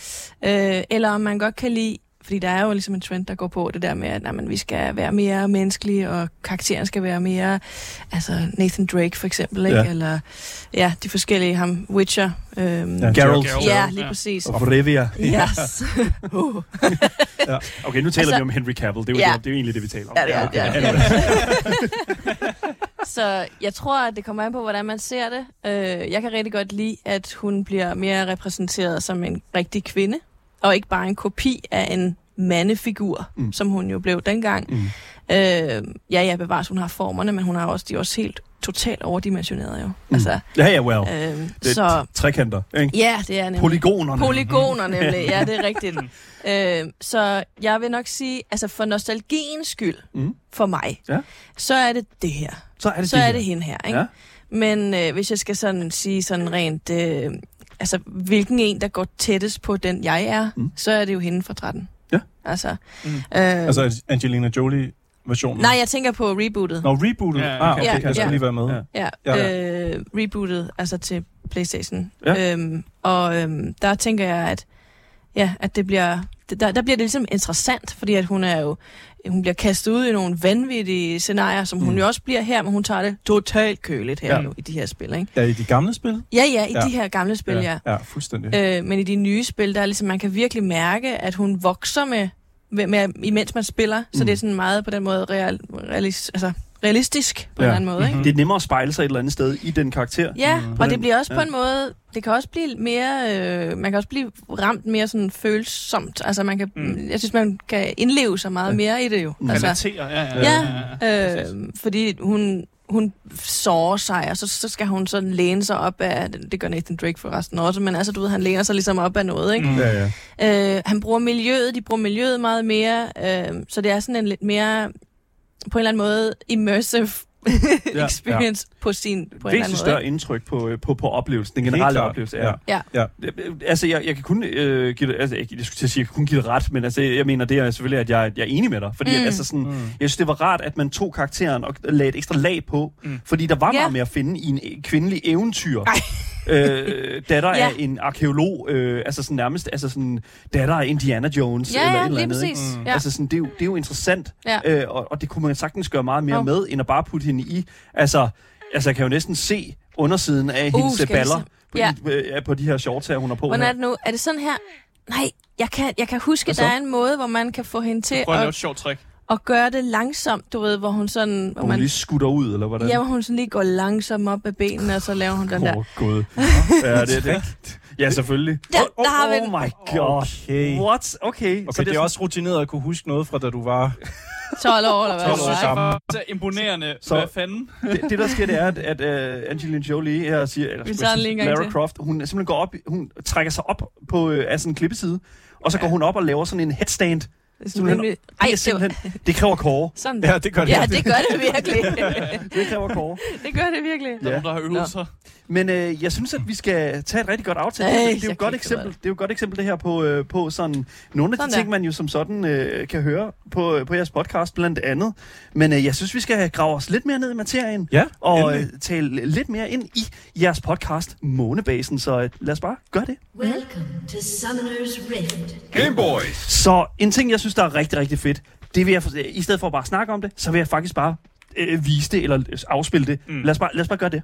S4: Øh, eller om man godt kan lide, fordi der er jo ligesom en trend, der går på det der med, at nej, men vi skal være mere menneskelige, og karakteren skal være mere, altså Nathan Drake for eksempel, ikke?
S2: Ja.
S4: Ja. eller ja, de forskellige, ham, Witcher. Øhm,
S5: Ja.
S4: ja.
S2: Geralt.
S3: Geralt.
S4: ja, lige præcis.
S2: Og Brevia.
S4: Yes. (laughs) uh.
S2: Okay, nu taler altså,
S4: Altså-
S2: vi om Henry Cavill. Det er jo,
S4: Ja.
S2: det, det er jo egentlig det, vi taler om.
S4: Ja, det er det, ja.
S2: Anyway.
S4: Så jeg tror, at det kommer an på, hvordan man ser det. Øh, jeg kan rigtig godt lide, at hun bliver mere repræsenteret som en rigtig kvinde, og ikke bare en kopi af en mandefigur,
S2: Mm.
S4: mm. som hun jo blev dengang.
S2: Mm.
S4: Øh, ja, ja, bevares, hun har formerne, men hun har også, de er også helt totalt overdimensionerede jo. Mm. Altså,
S2: Ja, ja, well.
S4: øh,
S2: Det er
S4: så
S2: Trekanter, ikke?
S4: ja, det er nemlig.
S2: Polygonerne.
S4: Polygoner nemlig, ja, det er
S2: (laughs)
S4: rigtigt. øh, så jeg vil nok sige, altså for nostalgiens skyld,
S2: Mm.
S4: mm. for mig,
S2: Ja.
S4: så er det det her.
S2: så er det
S4: Så
S2: det
S4: er
S2: her.
S4: det hende her, ikke?
S2: Ja.
S4: Ja. Men øh, hvis jeg skal sådan sige sådan rent, øh, altså hvilken en, der går tættest på den, jeg er,
S2: Mm.
S4: mm. så er det jo hende fra 13.
S2: Ja.
S4: Altså,
S3: Mm.
S4: mm. øh, altså,
S5: Altså Angelina Jolie-versionen.
S4: nej, jeg tænker på rebootet.
S5: Nå, rebootet.
S3: Ja,
S5: Ah, okay,
S4: ja,
S5: jeg skulle
S4: ja.
S5: lige være med.
S2: Ja.
S4: Ja,
S5: Ja,
S4: øh, rebootet, altså til Playstation.
S2: Ja.
S4: Ja. Øhm, og øhm, der tænker jeg, at, ja, at det bliver, det, der, der bliver det ligesom interessant, fordi at hun er jo hun bliver kastet ud i nogle vanvittige scenarier, som hun
S2: Mm.
S4: jo også bliver her, men hun tager det totalt køligt her
S2: Ja.
S4: ja. jo, i de her spil, ikke?
S5: Ja, i de gamle spil?
S4: Ja, ja, i
S5: Ja.
S4: ja. de her gamle spil, ja.
S5: Ja, fuldstændig.
S4: ja. Øh, men i de nye spil, der er ligesom, man kan virkelig mærke, at hun vokser med, med, med imens man spiller, så
S2: Mm.
S4: det er sådan meget på den måde real, realis, altså, realistisk på
S2: Ja.
S4: ja. en eller anden måde, ikke?
S2: Mm. Det er nemmere at spejle sig et eller andet sted i den karakter.
S4: Ja,
S5: Mm.
S4: mm.
S2: På
S4: og
S2: den-
S4: det bliver også
S2: ja.
S4: ja. på en måde, det kan også blive mere, øh, man kan også blive ramt mere sådan følsomt. Altså man kan,
S3: Mm.
S4: mm. jeg synes, man kan indleve sig meget
S2: Ja.
S4: mere i det jo.
S2: Mm.
S4: Altså,
S3: Relaterer, ja, ja,
S4: Ja,
S3: ja.
S4: øh, fordi hun, hun sårer sig, og så, så skal hun sådan læne sig op af, det gør Nathan Drake forresten også, men altså du ved, han læner sig ligesom op af noget, ikke?
S3: Mm.
S5: Ja, ja.
S4: Øh, han bruger miljøet, de bruger miljøet meget mere, øh, så det er sådan en lidt mere, på en eller anden måde, immersive
S2: ja.
S4: experience ja. på sin, på en eller
S2: Væsentligt
S4: anden måde.
S2: større indtryk på, øh, på, på oplevelsen, den
S5: Helt
S2: generelle
S5: klart,
S2: oplevelse.
S5: ja.
S2: Øh, Altså, jeg, jeg kan kun øh, give det, altså, jeg, jeg skulle til at sige, jeg kan kun give det ret, men altså, jeg mener det er selvfølgelig, at jeg, jeg er enig med dig. Fordi mm.
S4: Mm.
S2: altså, sådan,
S5: Mm.
S2: jeg synes, det var rart, at man tog karakteren og lagde et ekstra lag på, mm.
S3: Mm.
S2: fordi der var
S4: Ja.
S2: meget mere at finde i en øh, kvindelig eventyr. øh, datter
S4: Ja.
S2: af en arkeolog, øh, altså sådan nærmest altså sådan, datter af Indiana Jones.
S4: Ja,
S2: eller
S4: ja,
S2: et eller
S4: lige
S2: andet, ikke?
S4: præcis.
S5: Mm.
S4: Mm. Ja.
S2: Altså sådan, det, er jo, det er jo interessant,
S4: Ja.
S2: øh, og, og det kunne man sagtens gøre meget mere
S4: Jo.
S2: med, end at bare putte hende i. Altså, Altså, jeg kan jo næsten se undersiden af
S4: Uh,
S2: uh, hendes
S4: skal vi
S2: baller
S4: se?
S2: på, ja.
S4: Ja.
S2: de, øh, ja, på de her shorts her, hun har på.
S4: Hvordan er
S2: her.
S4: det nu? Er det sådan her? Nej, jeg kan, jeg kan huske,
S2: Hvad
S4: at
S2: så?
S4: der er en måde, hvor man kan få hende til
S3: Prøv at lave et
S4: at,
S3: sjovt trick.
S4: at gøre det langsomt, du ved, hvor hun sådan... Hvor
S2: Hvor hun
S4: man,
S2: lige skutter ud, eller hvordan?
S4: ja, hvor hun sådan lige går langsomt op ad benene, og så laver hun den der.
S2: Åh, gud. Ja, det er det. Ja, selvfølgelig.
S4: Der- der har vi
S2: oh,
S4: den.
S2: oh my god.
S5: (laughs) Okay.
S2: What?
S5: (laughs)
S2: Okay.
S5: Okay, det er,
S2: sådan-
S5: også rutineret at kunne huske noget fra, da du (laughs) var...
S4: 12 år, eller hvad
S5: Tolv
S4: det
S5: år
S4: var.
S5: sammen.
S3: Så imponerende.
S2: Så-
S3: Så, Hvad fanden?
S2: det, det, der sker, det er, at, at uh, Angelina Jolie her siger, eller
S4: Vi
S2: skulle
S4: tager
S2: jeg sige,
S4: den lige en gang
S2: Lara
S4: til.
S2: Croft, hun simpelthen går op, hun trækker sig op på øh, af sådan en klippeside, og så ja. går hun op og laver sådan en headstand. Det,
S4: Det er sådan
S2: Simpelthen-
S4: rimelig-
S2: Ej, er
S4: Ej, det var,
S2: simpelthen, det kræver
S4: (laughs)
S2: kåre.
S4: sådan der.
S5: Ja, det gør det.
S4: Ja, det gør det virkelig.
S2: Det kræver kåre.
S4: det gør det virkelig.
S3: Der er
S2: Ja.
S3: nogen, der har
S4: Nå.
S3: øvet sig.
S2: Men øh, jeg synes, at vi skal tage et rigtig godt aftale.
S4: Ej,
S2: det, er
S4: jeg
S2: jo et
S4: kan
S2: godt
S4: ikke finde ud
S2: eksempel.
S4: af
S2: Det er jo et godt eksempel, det her på, øh, på sådan, nogle af sådan
S4: Sådan
S2: de
S4: der.
S2: ting, man jo som sådan øh, kan høre på, øh, på jeres podcast, blandt andet. Men øh, jeg synes, vi skal grave os lidt mere ned i materien.
S5: Ja,
S2: og
S5: endelig.
S2: øh, tale lidt mere ind i jeres podcast Månebasen, så øh, lad os bare gøre det.
S1: Welcome to Summoner's Rift.
S2: Så en ting, jeg synes, der er rigtig, rigtig fedt, det vil jeg, for- i stedet for bare at snakke om det, så vil jeg faktisk bare øh, vise det, eller afspille det. Mm. Lad, os bare, lad os bare gøre det.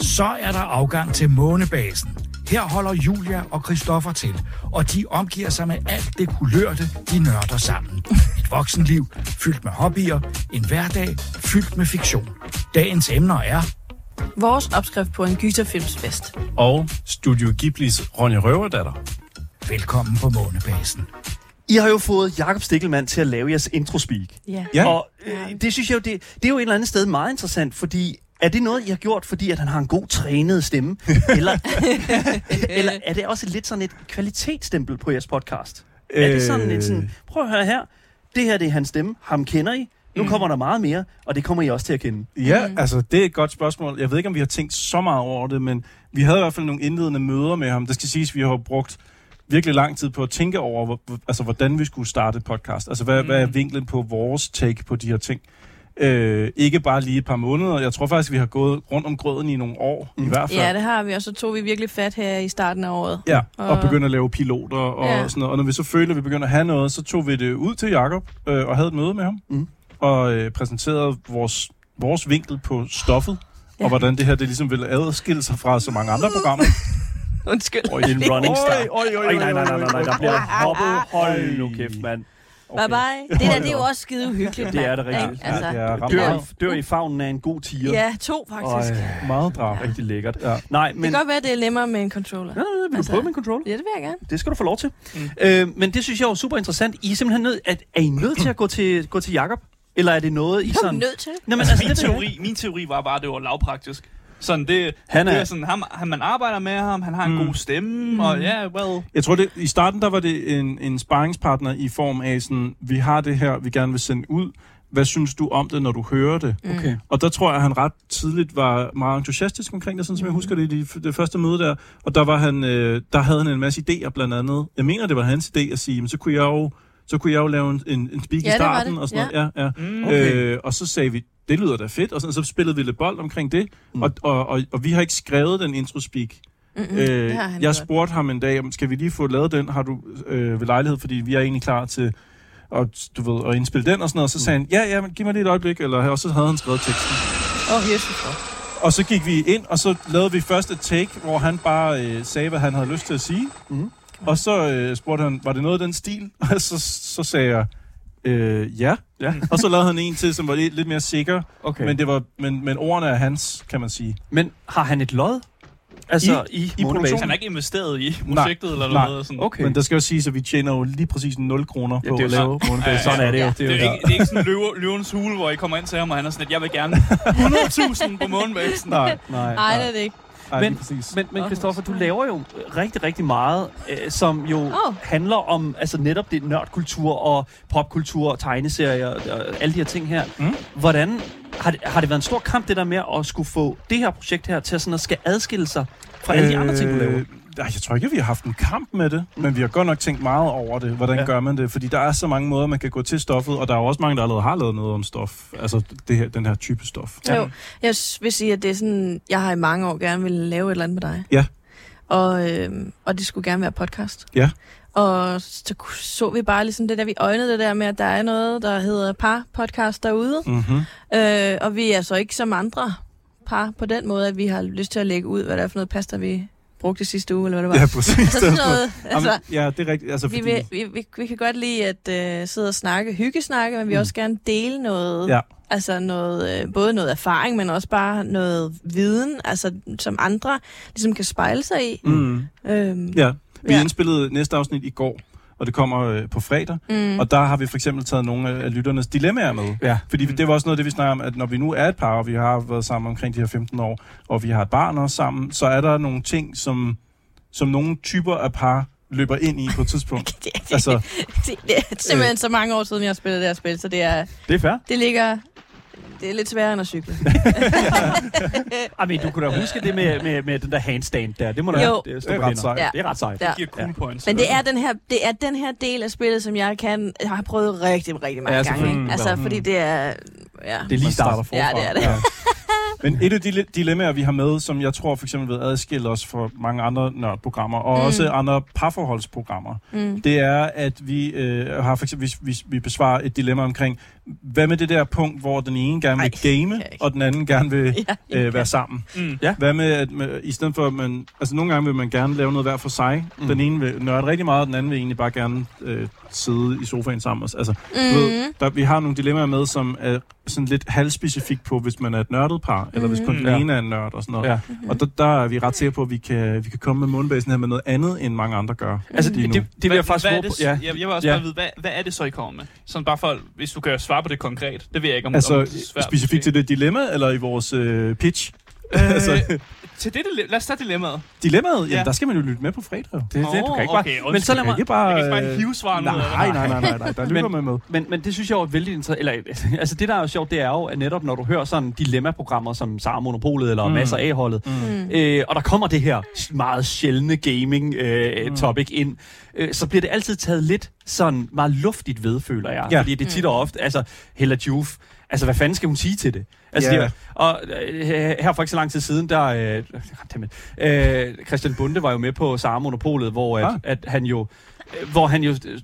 S6: Så er der afgang til månebasen. Her holder Julia og Christoffer til, og de omgiver sig med alt det kulørte, de nørder sammen. Et voksenliv fyldt med hobbyer, en hverdag fyldt med fiktion. Dagens emner er
S4: Vores opskrift på en gyserfilmsfest.
S5: øh, Og Studio Ghiblis Ronja Røverdatter.
S6: Velkommen på månebasen.
S2: I har jo fået Jakob Stikkelmann til at lave jeres introspeak.
S4: Ja.
S5: Ja.
S2: Og øh, det synes jeg jo, det, det er jo et eller andet sted meget interessant, fordi er det noget, I har gjort, fordi at han har en god trænet (laughs) stemme? Eller, eller er det også lidt sådan et kvalitetsstempel på jeres podcast? Øh... Er det sådan
S5: Øh.
S2: en sådan, prøv at høre her, det her det er hans stemme, ham kender I, nu mm. kommer der meget mere, og det kommer I også til at kende.
S5: Ja, mm. altså det er et godt spørgsmål. Jeg ved ikke, om vi har tænkt så meget over det, men vi havde i hvert fald nogle indledende møder med ham. Det skal siges, at vi har brugt virkelig lang tid på at tænke over, hvor, hvor- altså, hvordan vi skulle starte et podcast. Altså hvad, mm. hvad er vinklen på vores take på de her ting? Øh, ikke bare lige et par måneder. Jeg tror faktisk, vi har gået rundt om grøden i nogle år, mm. i hvert fald.
S4: ja, det har vi, og så tog vi virkelig fat her i starten af året.
S5: Ja, og
S4: Og-
S5: begyndte at lave piloter og ja.
S4: Ja.
S5: sådan noget. Og når vi så følte, at vi begyndte at have noget, så tog vi det ud til Jakob øh, og havde et møde med ham.
S2: Mm.
S5: Og øh, præsenterede vores, vores vinkel på stoffet. Ja.
S4: Ja.
S5: Og hvordan det her det ligesom ville adskille sig fra så mange andre programmer.
S4: Undskyld.
S2: Og en running star.
S5: Oj, oj, oj,
S2: Oj, nej, nej, nej, nej, nej, der bliver
S5: oj.
S2: hoppet. Hold nu kæft, mand.
S4: Bye bye. Det der, det er jo også skide uhyggeligt,
S2: Det er
S4: mand.
S2: det rigtigt.
S4: Ikke? Altså,
S5: Ja, det er ramt
S2: Dør,
S5: meget,
S2: i- dør i favnen af en god tiger.
S4: ja, to faktisk.
S2: Øj,
S5: meget drab.
S2: rigtig lækkert.
S5: Ja.
S2: Nej,
S4: Det
S2: men...
S4: kan godt være, det er nemmere med en controller.
S2: Ja, vil du
S4: Altså-
S2: prøve med en controller?
S4: Ja, det vil jeg gerne.
S2: Det skal du få lov til. Mm. Øh, men det synes jeg er jo super interessant. I er simpelthen nødt... At, er I nødt til at gå til, gå til Jakob? Eller er det noget, I
S4: Jeg er
S2: sådan...
S4: nødt til.
S2: Nå, men
S3: Altså,
S2: altså,
S3: min,
S2: det teori.
S3: teori, min teori var bare, at det var lavpraktisk. Sådan, det,
S2: Han
S3: han
S2: er-
S3: er, det er sådan, ham, han, man arbejder med ham, han har en
S5: Mm.
S3: mm. god stemme, og ja, yeah, well.
S5: Jeg tror, det, i starten der var det en, en sparringspartner i form af sådan, vi har det her, vi gerne vil sende ud. Hvad synes du om det, når du hører det?
S4: Mm.
S2: Okay.
S5: Og der tror jeg, at han ret tidligt var meget entusiastisk omkring det, sådan
S4: Mm.
S5: som jeg husker det i det, det første møde der. Og der, var han, øh, der havde han en masse idéer, blandt andet. Jeg mener, det var hans idé at sige, men så kunne jeg jo, så kunne jeg jo lave en, en, en speak
S4: Ja, det
S5: i
S4: var
S5: starten.
S4: det.
S5: Og sådan
S4: Ja.
S5: noget. Ja, ja.
S3: Mm.
S5: Okay. Øh, og så sagde vi, det lyder da fedt, og, sådan, og så spillede vi lidt bold omkring det, mm. og, og, og, og vi har ikke skrevet den intro-speak.
S4: Mm-mm,
S5: Øh,
S4: Mm, det har han
S5: jeg
S4: gjort.
S5: spurgte ham en dag, om skal vi lige få lavet den, har du øh, ved lejlighed, fordi vi er egentlig klar til at, du ved, at indspille den og sådan noget, og
S2: Mm.
S5: så sagde han, ja, ja, men giv mig lige et øjeblik, eller, og så havde han skrevet teksten.
S4: Åh, oh, Jesus.
S5: Og så gik vi ind, og så lavede vi først et take, hvor han bare øh, sagde, hvad han havde lyst til at sige.
S2: Mhm.
S5: Og så øh, spurgte han, var det noget af den stil? (laughs) Og så, så sagde jeg, øh, ja. ja. og så lavede han en til, som var lidt, lidt mere sikker,
S2: okay.
S5: okay. men, det var, men, men ordene er hans, kan man sige.
S2: men har han et lod? Altså i, i, i
S5: produktionen?
S3: Han
S2: produktionen?
S3: har ikke investeret i projektet eller
S5: nej.
S3: noget. Sådan.
S2: Okay.
S5: Men der skal jo siges, at vi tjener jo lige præcis 0 kroner
S2: Ja,
S5: på
S2: det er
S5: at
S2: jo
S5: lave Månebasen.
S2: Sådan er det jo.
S3: Det er, jo ikke, det er ikke sådan løve, løvens hule, hvor I kommer ind til ham, og han er sådan, at jeg vil gerne 100.000 på månedvæksten.
S5: Nej, nej,
S4: Nej, det
S5: nej,
S4: er det ikke.
S5: nej,
S2: Men-
S5: lige præcis.
S2: Men, men Christoffer, du laver jo rigtig, rigtig meget, øh, som jo oh.
S4: Åh.
S2: handler om altså netop det nørdkultur og popkultur og tegneserier og, og alle de her ting her. Mm. Hvordan har det, har det været en stor kamp, det der med at skulle få det her projekt her til at sådan at skal adskille sig fra alle de andre ting, du laver?
S5: Øh, nej, jeg tror ikke, vi har haft en kamp med det, men vi har godt nok tænkt meget over det. Hvordan
S2: Ja.
S5: ja. gør man det? Fordi der er så mange måder, man kan gå til stoffet, og der er jo også mange, der allerede har lavet noget om stof. Altså det her, den her type stof.
S4: Jo, jeg s- vil sige, at det er sådan, jeg har i mange år gerne ville lave et eller andet med dig.
S5: Ja.
S4: øhm, Og, øh, og det skulle gerne være podcast.
S5: Ja.
S4: Og så ku- så vi bare ligesom det der, vi øjnede det der med, at der er noget, der hedder par-podcast derude.
S5: Mm-hmm.
S4: Øh, og vi er så ikke som andre par på den måde, at vi har lyst til at lægge ud, hvad det er for noget pasta, vi brugte i sidste uge, eller hvad det var.
S5: Ja,
S4: (laughs)
S5: præcis.
S4: Så
S5: (laughs)
S4: sådan noget, altså,
S5: Jamen, ja, det er rigtigt. Altså,
S4: vi,
S5: fordi,
S4: vil, vi, vi, vi kan godt lide at øh, sidde og snakke, hyggesnakke, men vi vil også gerne dele noget,
S5: Ja.
S4: altså noget, øh, både noget erfaring, men også bare noget viden, altså som andre ligesom kan spejle sig i.
S5: Mm,
S4: Øhm, ja.
S5: ja. Vi
S4: Ja.
S5: indspillede næste afsnit i går, og det kommer øh, på fredag.
S4: Mm,
S5: Og der har vi for eksempel taget nogle af- af lytternes dilemmaer med.
S2: Ja.
S5: Fordi det var også noget af det, vi snakker om, at når vi nu er et par, og vi har været sammen omkring de her 15 år, og vi har et barn også sammen, så er der nogle ting, som, som nogle typer af par løber ind i på et
S4: (laughs) (laughs)
S5: tidspunkt.
S4: det, det, altså,
S5: altså,
S4: det, det er simpelthen så mange år siden, jeg har spillet det her spil, så det, er,
S2: Det er fair.
S4: det ligger... Det er lidt sværere end at cykle.
S2: Ej, Ah, men du kunne da huske det med, med, med den der handstand der. Det må da
S4: Jo.
S2: det,
S5: Det er ret sejt.
S4: Ja.
S2: Det er ret sejt.
S4: Ja.
S3: giver cool points.
S4: Men det er, den her, det er den her del af spillet, som jeg kan jeg har prøvet rigtig, rigtig mange
S2: Ja,
S4: ja, gange.
S2: selvfølgelig.
S4: Ikke? Altså, fordi det er... Ja.
S2: Det er lige
S5: Man
S2: starter for.
S4: Ja, det er det.
S5: Ja.
S4: (laughs)
S5: Men et af de li- dilemmaer, vi har med, som jeg tror for eksempel vil adskille os fra mange andre nørdprogrammer, og mm.
S4: Mm.
S5: også andre parforholdsprogrammer,
S4: Mm.
S5: det er, at vi øh, har for eksempel, vi, vi, vi besvarer et dilemma omkring, hvad med det der punkt, hvor den ene gerne vil
S4: Ej, kan
S5: game,
S4: jeg ikke.
S5: og den anden gerne vil
S4: (laughs) Ja,
S5: øh, være sammen.
S3: Mm.
S2: Ja.
S5: Hvad med, at man, i stedet for, at man, altså nogle gange vil man gerne lave noget hver for sig.
S2: Mm.
S5: Mm. Den ene vil nørde rigtig meget, og den anden vil egentlig bare gerne øh, sidde i sofaen sammen. Altså, Du ved,
S4: mm.
S5: der, vi har nogle dilemmaer med, som er sådan lidt halvspecifikt på, hvis man er et nørdet par, eller hvis kun den
S2: Mhm.
S5: ene er en nørd og sådan noget.
S2: Ja.
S5: Ja. Og der, der er vi ret sikre på, at vi kan, vi kan komme med månebasen her med noget andet, end mange andre gør.
S2: Altså,
S5: lige
S2: det,
S5: nu.
S2: det, det vil jeg faktisk
S3: hvad er
S2: håbe
S3: det,
S2: på. Ja.
S3: Jeg, jeg vil også
S2: Ja.
S3: bare vide, hvad, hvad er det så, I kommer med? Sådan bare for, hvis du kan svare på det konkret. Det ved jeg ikke, om, om
S5: altså,
S3: det er svært.
S5: specifikt til det dilemma, eller i vores øh, pitch? Øh. (laughs) altså,
S3: Til det dile- lad os tage dilemmaet.
S5: dilemmaet, jamen,
S3: Ja.
S5: der skal man jo lytte med på fredag. Det, det,
S3: Nå,
S2: du kan ikke bare-
S3: okay,
S2: Men så lad
S5: kan
S2: mig,
S5: ikke bare...
S3: Jeg kan ikke bare
S5: øh,
S3: hive svarene ud af det.
S5: nej, nej, nej, nej, nej, der lytter
S2: Men-
S5: man med.
S2: Men, men det synes jeg jo er vældig interessant. Eller, (laughs) altså det, der er jo sjovt, det er jo, at netop når du hører sådan dilemma-programmer som SAR Monopolet eller mm.
S5: Mm.
S2: Masser A-holdet, mm. øh, og der kommer det her s- meget sjældne
S5: Mm.
S2: gaming-topic ind, øh, så bliver det altid taget lidt sådan meget luftigt ved, føler jeg. Ja.
S5: Ja.
S2: Fordi det er tit og ofte, altså Hella Juf, altså hvad fanden skal hun sige til det? Altså,
S5: Ja.
S2: yeah. Og øh, her for ikke så lang tid siden, der... Øh, (laughs) goddammit, øh, Christian Bunde var jo med på Sara Monopolet, hvor at, ah.
S5: Ah.
S2: at han jo... øh, Hvor han jo øh,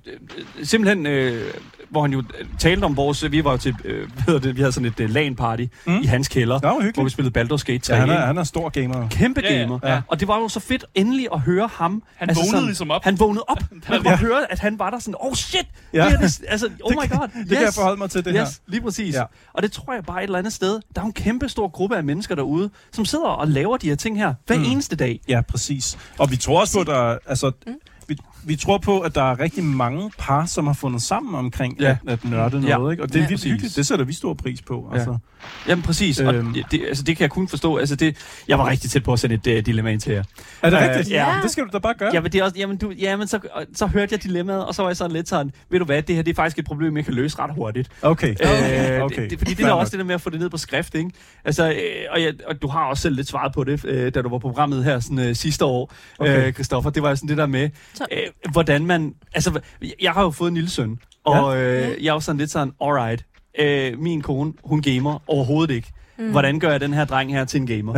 S2: øh, simpelthen... Øh, hvor han jo øh, talte om vores... Vi var jo til... Øh, hvad hedder det, vi havde sådan et øh, LAN-party mm. i hans kælder,
S5: Nå, hvor
S2: hvor vi
S5: hyggeligt.
S2: spillede Baldur's Gate 3.
S5: Ja, han er,
S2: ikke?
S5: han er stor gamer.
S2: Kæmpe
S3: Ja, ja,
S2: gamer.
S5: ja.
S2: Og det var jo så fedt endelig at høre ham. Altså
S3: Han vågnede ligesom op.
S2: Han
S5: (laughs)
S2: vågnede op. Man kunne bare høre, at han var der sådan, oh shit! Ja.
S5: Ja.
S2: Det er det, altså, oh my god.
S5: Det kan jeg forholde mig til, det her.
S2: Yes, lige præcis. Ja.
S5: Ja.
S2: Og det tror jeg bare et eller andet sted, der er jo en kæmpe stor gruppe af mennesker derude, som sidder og laver de her ting her hver mm. eneste dag.
S5: Ja, præcis. Og vi tror også på, at der, altså, mm. vi, vi tror på, at der er rigtig mange par, som har fundet sammen omkring
S2: Ja.
S5: ja. at, at nørde
S2: Ja.
S5: noget. Ikke? Og det er
S2: Ja,
S5: ja, vildt
S2: præcis.
S5: hyggeligt. Det sætter vi stor pris på. Altså.
S2: Jamen præcis. Øhm. Og
S5: Øhm.
S2: det, det, altså, det kan jeg kun forstå. Altså, det, jeg var rigtig tæt på at sende et uh, dilemma ind til jer.
S5: Er det
S2: Øh,
S5: rigtigt?
S2: ja.
S5: Men Det skal du da bare gøre.
S2: Ja. Jamen, det er også, jamen, du, jamen så, og, så hørte jeg dilemmaet, og så var jeg sådan lidt sådan, ved du hvad, det her det er faktisk et problem, jeg kan løse ret hurtigt.
S5: Okay.
S2: Okay.
S5: okay.
S2: Øh,
S5: okay.
S2: Det, det, fordi det
S5: Fair
S2: er
S5: nok.
S2: også det der med at få det ned på skrift, ikke? Altså, øh, og, jeg, og du har også selv lidt svaret på det, øh, da du var på programmet her sådan, øh, sidste år,
S5: Okay.
S2: øh, Christoffer. Det var sådan det der med,
S4: Så-
S2: øh, hvordan man... Altså, hva- jeg har jo fået en lille søn, og øh, jeg er jo sådan lidt sådan, alright, øh, min kone, hun gamer overhovedet ikke. Mm. Hvordan gør jeg den her dreng her til en
S5: (laughs)
S2: gamer?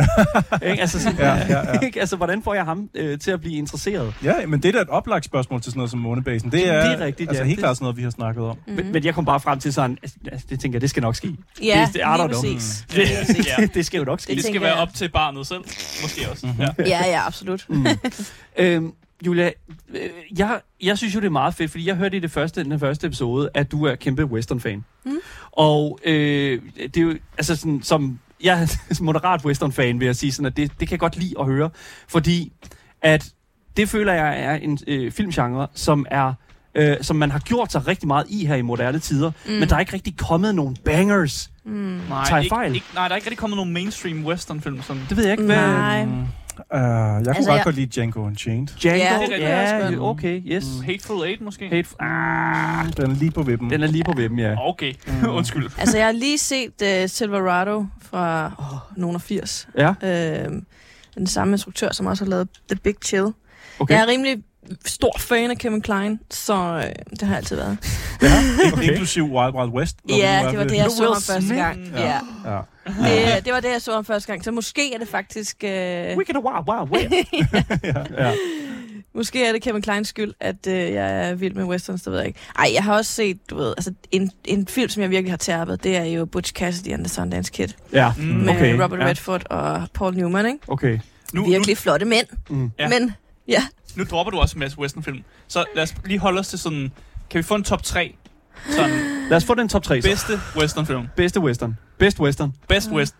S2: ikke? Altså, sådan, ja, ja, ja. (laughs) Ikke? altså, hvordan får jeg ham øh, til at blive interesseret?
S5: Ja, men det er da et oplagt spørgsmål til sådan noget som månebasen. Det er,
S2: Det er rigtigt,
S5: altså,
S2: ja.
S5: helt
S2: Det-
S5: klart sådan noget, vi har snakket om.
S2: Mm. Men, men jeg kom bare frem til sådan, altså, altså, det tænker jeg, det skal nok ske.
S4: Mhm. Ja,
S2: det, det, I don't
S4: lige
S2: know. (laughs)
S4: præcis.
S2: Det,
S3: Ja,
S2: (laughs)
S3: ja.
S2: det, det skal jo nok ske.
S4: Det
S3: Det skal
S4: tænker
S3: være
S4: jeg.
S3: op til barnet selv, måske også.
S2: Mhm.
S3: Ja.
S4: Ja, ja, absolut.
S2: Mm.
S4: Mm.
S2: Øhm, Julia, øh, jeg, jeg synes jo, det er meget fedt, fordi jeg hørte i det første, den første episode, at du er kæmpe western-fan. Mm. Og øh, det er jo, altså sådan, som jeg er (laughs) moderat western-fan, vil jeg sige, sådan, at det, det kan jeg godt lide at høre, fordi at det føler jeg er en øh, filmgenre, som er øh, som man har gjort sig rigtig meget i her i moderne tider, mm. men der er ikke rigtig kommet nogen bangers.
S4: Mm.
S3: Nej,
S2: Tager jeg
S3: ikke,
S2: fejl?
S3: Ikke, nej, der er ikke rigtig kommet nogen mainstream western-film. Som...
S2: Det ved jeg ikke, hvad...
S4: Nej.
S5: Uh, jeg kunne
S4: Altså,
S5: godt
S4: jeg-
S5: godt lide Django Unchained.
S2: Django,
S4: Ja, det er
S2: ja,
S4: rigtigt,
S3: det er også
S2: ja,
S4: spændende.
S2: okay, yes. Mm.
S3: Hateful Eight måske?
S2: Hate, ah,
S5: Den er lige på vippen.
S2: den er lige på vippen, ja.
S3: Okay, undskyld.
S4: Altså, jeg har lige set uh, Silverado fra oh, nogen af 80.
S2: Ja,
S4: Uh, den samme instruktør, som også har lavet The Big Chill.
S2: okay.
S4: Okay. Jeg er rimelig stor fan af Kevin Klein, så øh, det har jeg altid været.
S5: Okay. Inklusiv Wild Wild West. når vi nu
S4: Ja,
S5: er
S4: det var
S5: ved-
S4: det, jeg
S2: Will
S4: så ham første
S2: Smith.
S4: gang.
S3: Ja.
S4: Ja.
S5: Ja.
S4: Det, det var det,
S2: (laughs)
S4: jeg så ham første gang. Så måske er det faktisk... Øh,
S2: Wicked wow, wow, wow.
S5: Ja.
S4: Måske er det Kevin Kleins skyld, at øh, jeg er vild med westerns, det ved jeg ikke. Ej, jeg har også set, du ved, altså en, en film, som jeg virkelig har tærpet, det er jo Butch Cassidy and the Sundance Kid.
S5: Ja,
S3: Mm.
S4: Med
S5: okay.
S4: Robert Redford og Paul Newman, ikke?
S5: Okay.
S3: Nu, nu,
S4: Virkelig flotte mænd.
S5: Mm.
S3: Ja.
S4: Ja. Men, ja.
S3: nu dropper du også en masse westernfilm. Så lad os lige holde os til sådan... Kan vi få en top 3? Sådan,
S2: Lad os få den top 3. Best.
S3: bedste westernfilm.
S2: Bedste western. Best western.
S3: Best west.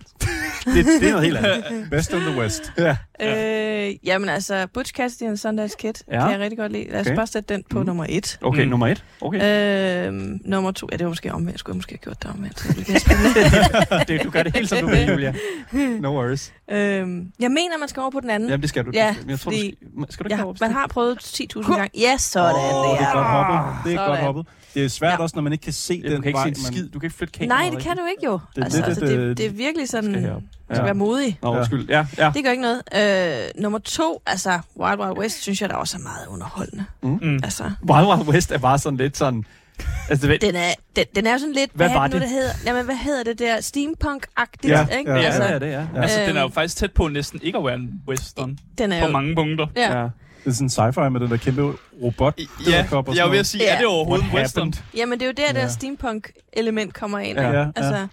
S2: Det, det er noget helt andet.
S5: Best of the West.
S2: Ja.
S4: Øh, jamen altså, Butch Cassidy and the Sundance Kid
S2: Ja.
S4: ja. kan jeg rigtig godt lide. Lad os
S2: Okay.
S4: okay. bare sætte den på
S2: Mm.
S4: mm. nummer et.
S2: Okay,
S3: Mm.
S2: mm. nummer et.
S4: (laughs)
S2: Okay.
S4: Øh, nummer to, ja det var måske omvendt, skulle jeg måske have gjort det omvendt.
S2: det, du gør det helt som du vil, Julia. No worries.
S4: øh, jeg mener, man skal over på den anden.
S2: Jamen, det skal du.
S4: Ja,
S2: Men jeg tror,
S4: fordi-
S2: du skal, skal du ikke
S4: Jeg,
S2: have op?
S4: man har prøvet 10.000 gange. Ja, sådan
S5: Åh, det er
S4: der.
S5: godt hoppet. Det er
S4: Sådan.
S5: godt hoppet. Det er svært
S4: Ja.
S5: også, når man ikke kan se
S2: Ja,
S5: den
S2: du kan ikke
S5: vej,
S2: se en
S5: man-
S2: skid. Du kan ikke flytte kameraet.
S4: Nej, det kan du ikke jo.
S5: Det er
S4: altså,
S5: lidt
S4: altså,
S5: et, øh,
S4: det, det er virkelig sådan,
S2: skal
S4: man
S2: herop.
S4: skal
S5: Ja.
S4: være modig.
S2: Nå,
S5: Ja.
S2: undskyld. Ja, ja.
S4: Det gør ikke noget. Øh, nummer to, altså Wild Wild West, synes jeg, der også er meget underholdende.
S3: Mm.
S4: Altså,
S2: Wild Wild West er bare sådan lidt sådan... Altså, det,
S4: den er, den, den er jo sådan lidt...
S2: Hvad
S4: er
S2: var
S4: det? Nu,
S2: det?
S4: det hedder? Jamen, hvad hedder det der? Steampunk-agtigt,
S5: Ja,
S4: ikke?
S5: ja,
S2: ja,
S4: altså,
S2: det er det, ja. ja.
S3: Altså, den er jo
S4: Øhm.
S3: faktisk tæt på næsten ikke at være en western.
S4: Den er jo...
S3: På mange punkter.
S4: Ja.
S2: ja.
S5: Det er sådan sci-fi med den der kæmpe robot.
S3: Ja,
S5: edderkop og
S3: jeg er
S5: sådan
S3: ved
S5: noget.
S3: at sige, er det overhovedet en
S2: What
S3: western?
S4: Jamen, det er jo der,
S5: Ja.
S4: der steampunk-element kommer ind.
S2: Ja.
S4: ikke?
S5: Ja,
S4: Altså,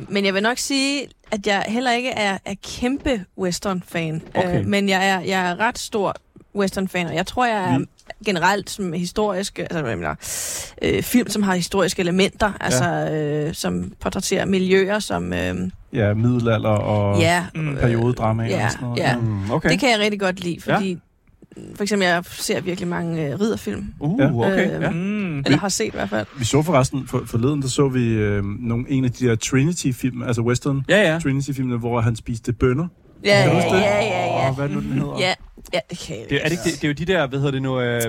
S4: øh, men jeg vil nok sige, at jeg heller ikke er, er kæmpe western-fan.
S2: Okay.
S4: Øh, men jeg er, jeg er ret stor western-fan, og jeg tror, jeg er
S2: Mm.
S5: Vi-
S4: generelt som historiske, altså hvad jeg mener, øh, film, som har historiske elementer, altså øh, som portrætterer miljøer, som øh,
S5: ja, middelalder og
S4: ja,
S3: Mm.
S4: øh,
S5: periodedrama
S4: ja,
S5: og sådan noget.
S4: ja.
S2: Mm, okay.
S4: det kan jeg rigtig godt lide, fordi mm, for eksempel, jeg ser virkelig mange øh, ridderfilm,
S2: Uh, okay.
S4: Øh,
S2: ja.
S3: Mm.
S4: eller har set i hvert fald.
S5: Vi så forresten for, forleden, der så vi øh, nogle, en af de der Trinity-film, altså western
S2: Ja, ja.
S5: Trinity-filmene, hvor han spiste bønner.
S4: Ja,
S5: Kan du
S4: ja,
S5: huske det?
S4: ja, ja, ja.
S5: Åh, hvad er det nu, den hedder?
S4: Ja, ja det kan jeg altså.
S2: Det, er det, ikke, det, det er jo de der, hvad hedder det nu, øh,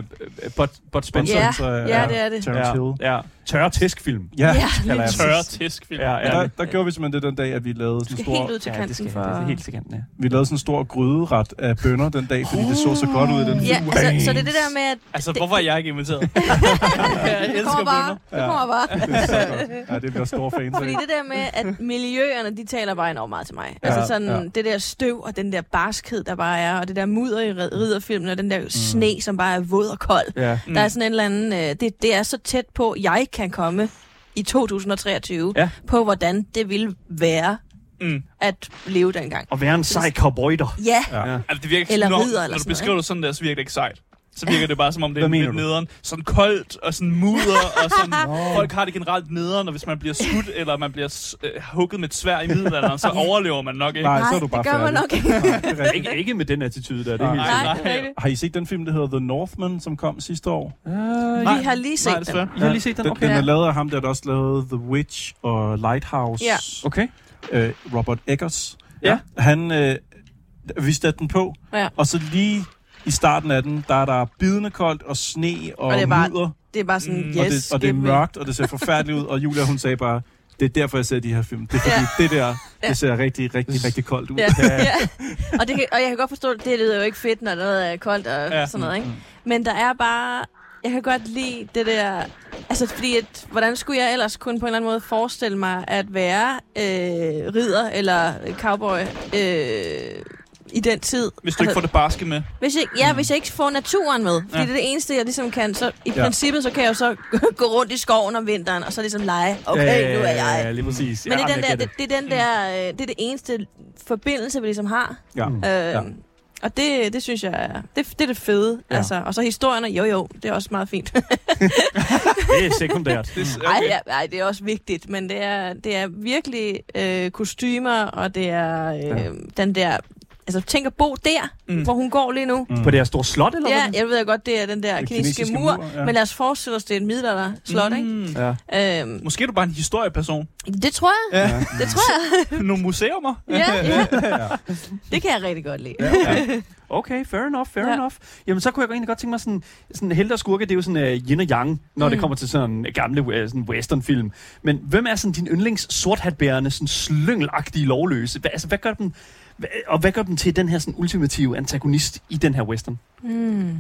S2: Bud, Bud Spencer.
S4: Ja,
S5: så, øh,
S4: ja, det er det.
S5: Terrence Hill.
S2: Ja, ja. Tørre tæskfilm.
S5: Ja,
S4: Ja, lige
S5: kalder jeg
S4: præcis.
S5: dem.
S3: Tørre tiskfilm.
S2: Ja,
S5: Men
S2: ja.
S5: der, der gjorde vi simpelthen det den dag, at vi lavede sådan en
S4: skal
S5: stor,
S4: helt ud til
S2: ja, det skal
S4: kanten
S2: jeg.
S4: for...
S2: Det er helt til kanten, ja.
S5: vi lavede sådan en stor gryderet af bønner den dag, fordi det så så godt ud i den
S4: Ja,
S5: film.
S4: altså, så det er det der med, at
S3: Altså,
S4: Det-
S3: hvorfor er jeg ikke inviteret? jeg
S4: det
S3: elsker
S4: kommer bare,
S3: bønder.
S4: det kommer bare.
S5: Det er så godt. Ja, det er vi også store fans
S4: Fordi
S5: af.
S4: det der med, at miljøerne, de taler bare enormt meget til mig.
S5: Ja,
S4: altså sådan,
S5: ja.
S4: det der støv og den der barskhed, der bare er, og det der mudder i rid- ridderfilmen, og den der
S5: Mm.
S4: sne, som bare er våd og kold.
S2: Ja.
S4: Der er sådan en eller anden, øh, det, det er så tæt på, jeg kan komme i 2023,
S2: Ja.
S4: på hvordan det ville være
S3: Mm.
S4: at leve dengang.
S2: Og være en sej cowboyder.
S4: Ja,
S3: Altså, det virker
S4: Eller
S3: når,
S4: ridder eller
S3: når du
S4: sådan
S3: beskriver
S4: noget,
S3: det sådan der, så virker det ikke sejt. Så virker det bare, som om det er
S5: Hvad mener
S3: lidt
S5: du?
S3: nederen. Sådan koldt og sådan mudder, og
S4: (laughs)
S3: sådan, folk har det generelt nederen, og hvis man bliver skudt, eller man bliver s- øh, hugget med et svær i middelalderen,
S4: (laughs)
S3: så overlever man nok ikke.
S5: Nej, så er du
S4: det
S5: bare
S4: gør man
S5: færdig.
S4: nok ikke.
S2: Ikke, ikke med den attitude der, det er
S5: Nej.
S2: helt
S4: Nej,
S2: sikkert.
S4: det er rigtigt.
S5: Har I set den film, der hedder The Northman, som kom sidste år?
S2: Øh,
S4: Vi har lige set
S3: Nej,
S4: den.
S3: desværre.
S2: I har lige set den?
S5: Den, den
S2: Okay.
S5: er lavet af ham, der der også lavede The Witch og Lighthouse.
S4: Ja.
S2: Okay.
S5: Øh, Robert Eggers.
S2: Ja.
S5: Han, øh, vi satte den på,
S4: Ja.
S5: og så lige i starten af den, der er der bidende koldt og sne og,
S4: Og det er bare-
S5: mudder.
S4: Det er bare sådan, yes,
S5: Mm. og, det, og det er
S4: give me.
S5: mørkt, og det ser forfærdeligt ud. Og Julia, hun sagde bare, det er derfor, jeg ser de her film. Det er fordi, det der,
S4: Ja.
S5: det ser rigtig, rigtig, rigtig koldt ud.
S4: Ja, ja. Og, det kan, og jeg kan godt forstå, at det lyder jo ikke fedt, når noget er koldt og
S3: Ja.
S4: ja. sådan noget,
S2: Mm,
S4: ikke? Men der er bare... Jeg kan godt lide det der... Altså, fordi at, hvordan skulle jeg ellers kunne på en eller anden måde forestille mig at være øh, ridder eller cowboy øh, i den tid?
S3: Hvis du ikke
S4: altså,
S3: får det barske med.
S4: hvis jeg,
S2: Mm.
S4: ja, hvis jeg ikke får naturen med, fordi
S3: Ja.
S4: ja. det er det eneste, jeg ligesom kan, så i
S5: Ja.
S4: ja. princippet, så kan jeg jo så (laughs) gå rundt i skoven om vinteren, og så ligesom lege, okay, nu er jeg.
S2: Ja, lige præcis.
S4: Men det
S2: Ja,
S4: er den der,
S2: jeg
S4: det,
S2: gætter.
S4: det, er den der, øh, det er det eneste forbindelse, vi ligesom har.
S5: Ja.
S4: Øh,
S5: Ja.
S4: ja. Og det, det synes jeg er, det, det er det fede.
S2: Ja.
S4: Ja. Altså, og så historierne, jo jo, det er også meget fint.
S2: Det er sekundært.
S3: Det, er-
S4: (laughs) Ej, ja, ej, det er også vigtigt, men det er, det er virkelig øh, kostymer, og det er øh,
S2: Ja.
S4: ja. den der... Altså, tænk at bo der,
S3: Mm.
S4: mm. hvor hun går lige nu.
S2: På det her store slot, eller
S4: Ja,
S2: hvad?
S4: jeg ved godt, det er den der
S5: Den
S4: kinesiske,
S5: kinesiske
S4: mur,
S5: mur,
S4: mur
S5: ja.
S4: ja. men lad os forestille os, det er en middelalder-slot, mm. ikke?
S3: Mm.
S2: Ja.
S4: Øhm,
S3: Måske er du bare en
S4: (laughs)
S3: historieperson.
S4: det tror jeg.
S3: Ja.
S4: Det tror jeg.
S3: Nogle museumer.
S4: (laughs) Ja, (laughs) ja. Det kan jeg rigtig godt lide. Ja.
S2: Okay, fair enough, fair ja.
S4: Ja.
S2: enough. Jamen, så kunne jeg egentlig godt tænke mig sådan, sådan helte og skurke, det er jo sådan uh, yin og yang, når mm. det kommer til sådan gamle uh, sådan westernfilm. Men hvem er sådan din yndlings sorthatbærende, sådan slyngelagtige lovløse? Hva, altså, hvad gør dem, hva, og hvad gør dem til den her sådan ultimative antagonist i den her western?
S4: Mm.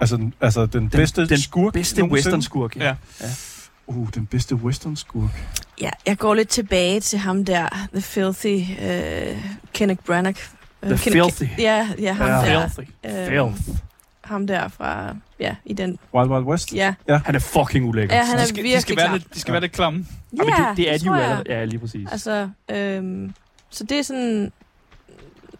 S5: Altså, den- altså den, den bedste
S2: den
S5: skurk
S2: Bedste
S5: nogensinde.
S2: western skurke.
S3: Ja.
S5: Uh, den bedste western skurk.
S4: Ja, jeg går lidt tilbage til ham der, The Filthy, øh, Kenneth Branagh. Øh,
S2: The Filthy.
S4: Ja, ja, ham
S2: Ja.
S4: der.
S3: Filthy.
S4: Øh,
S2: Filth.
S4: ham der fra, ja, i den,
S5: Wild Wild West?
S4: ja.
S2: Han er fucking ulækker.
S4: Ja, han
S3: de
S4: er
S3: skal, de
S4: virkelig
S3: skal
S4: klar.
S3: være lidt, de skal være lidt klamme.
S2: Ja, Ah, men det, det er
S4: det
S2: de jo
S4: tror jeg.
S2: allerede. Ja, lige præcis.
S4: Altså, øhm, så det er sådan...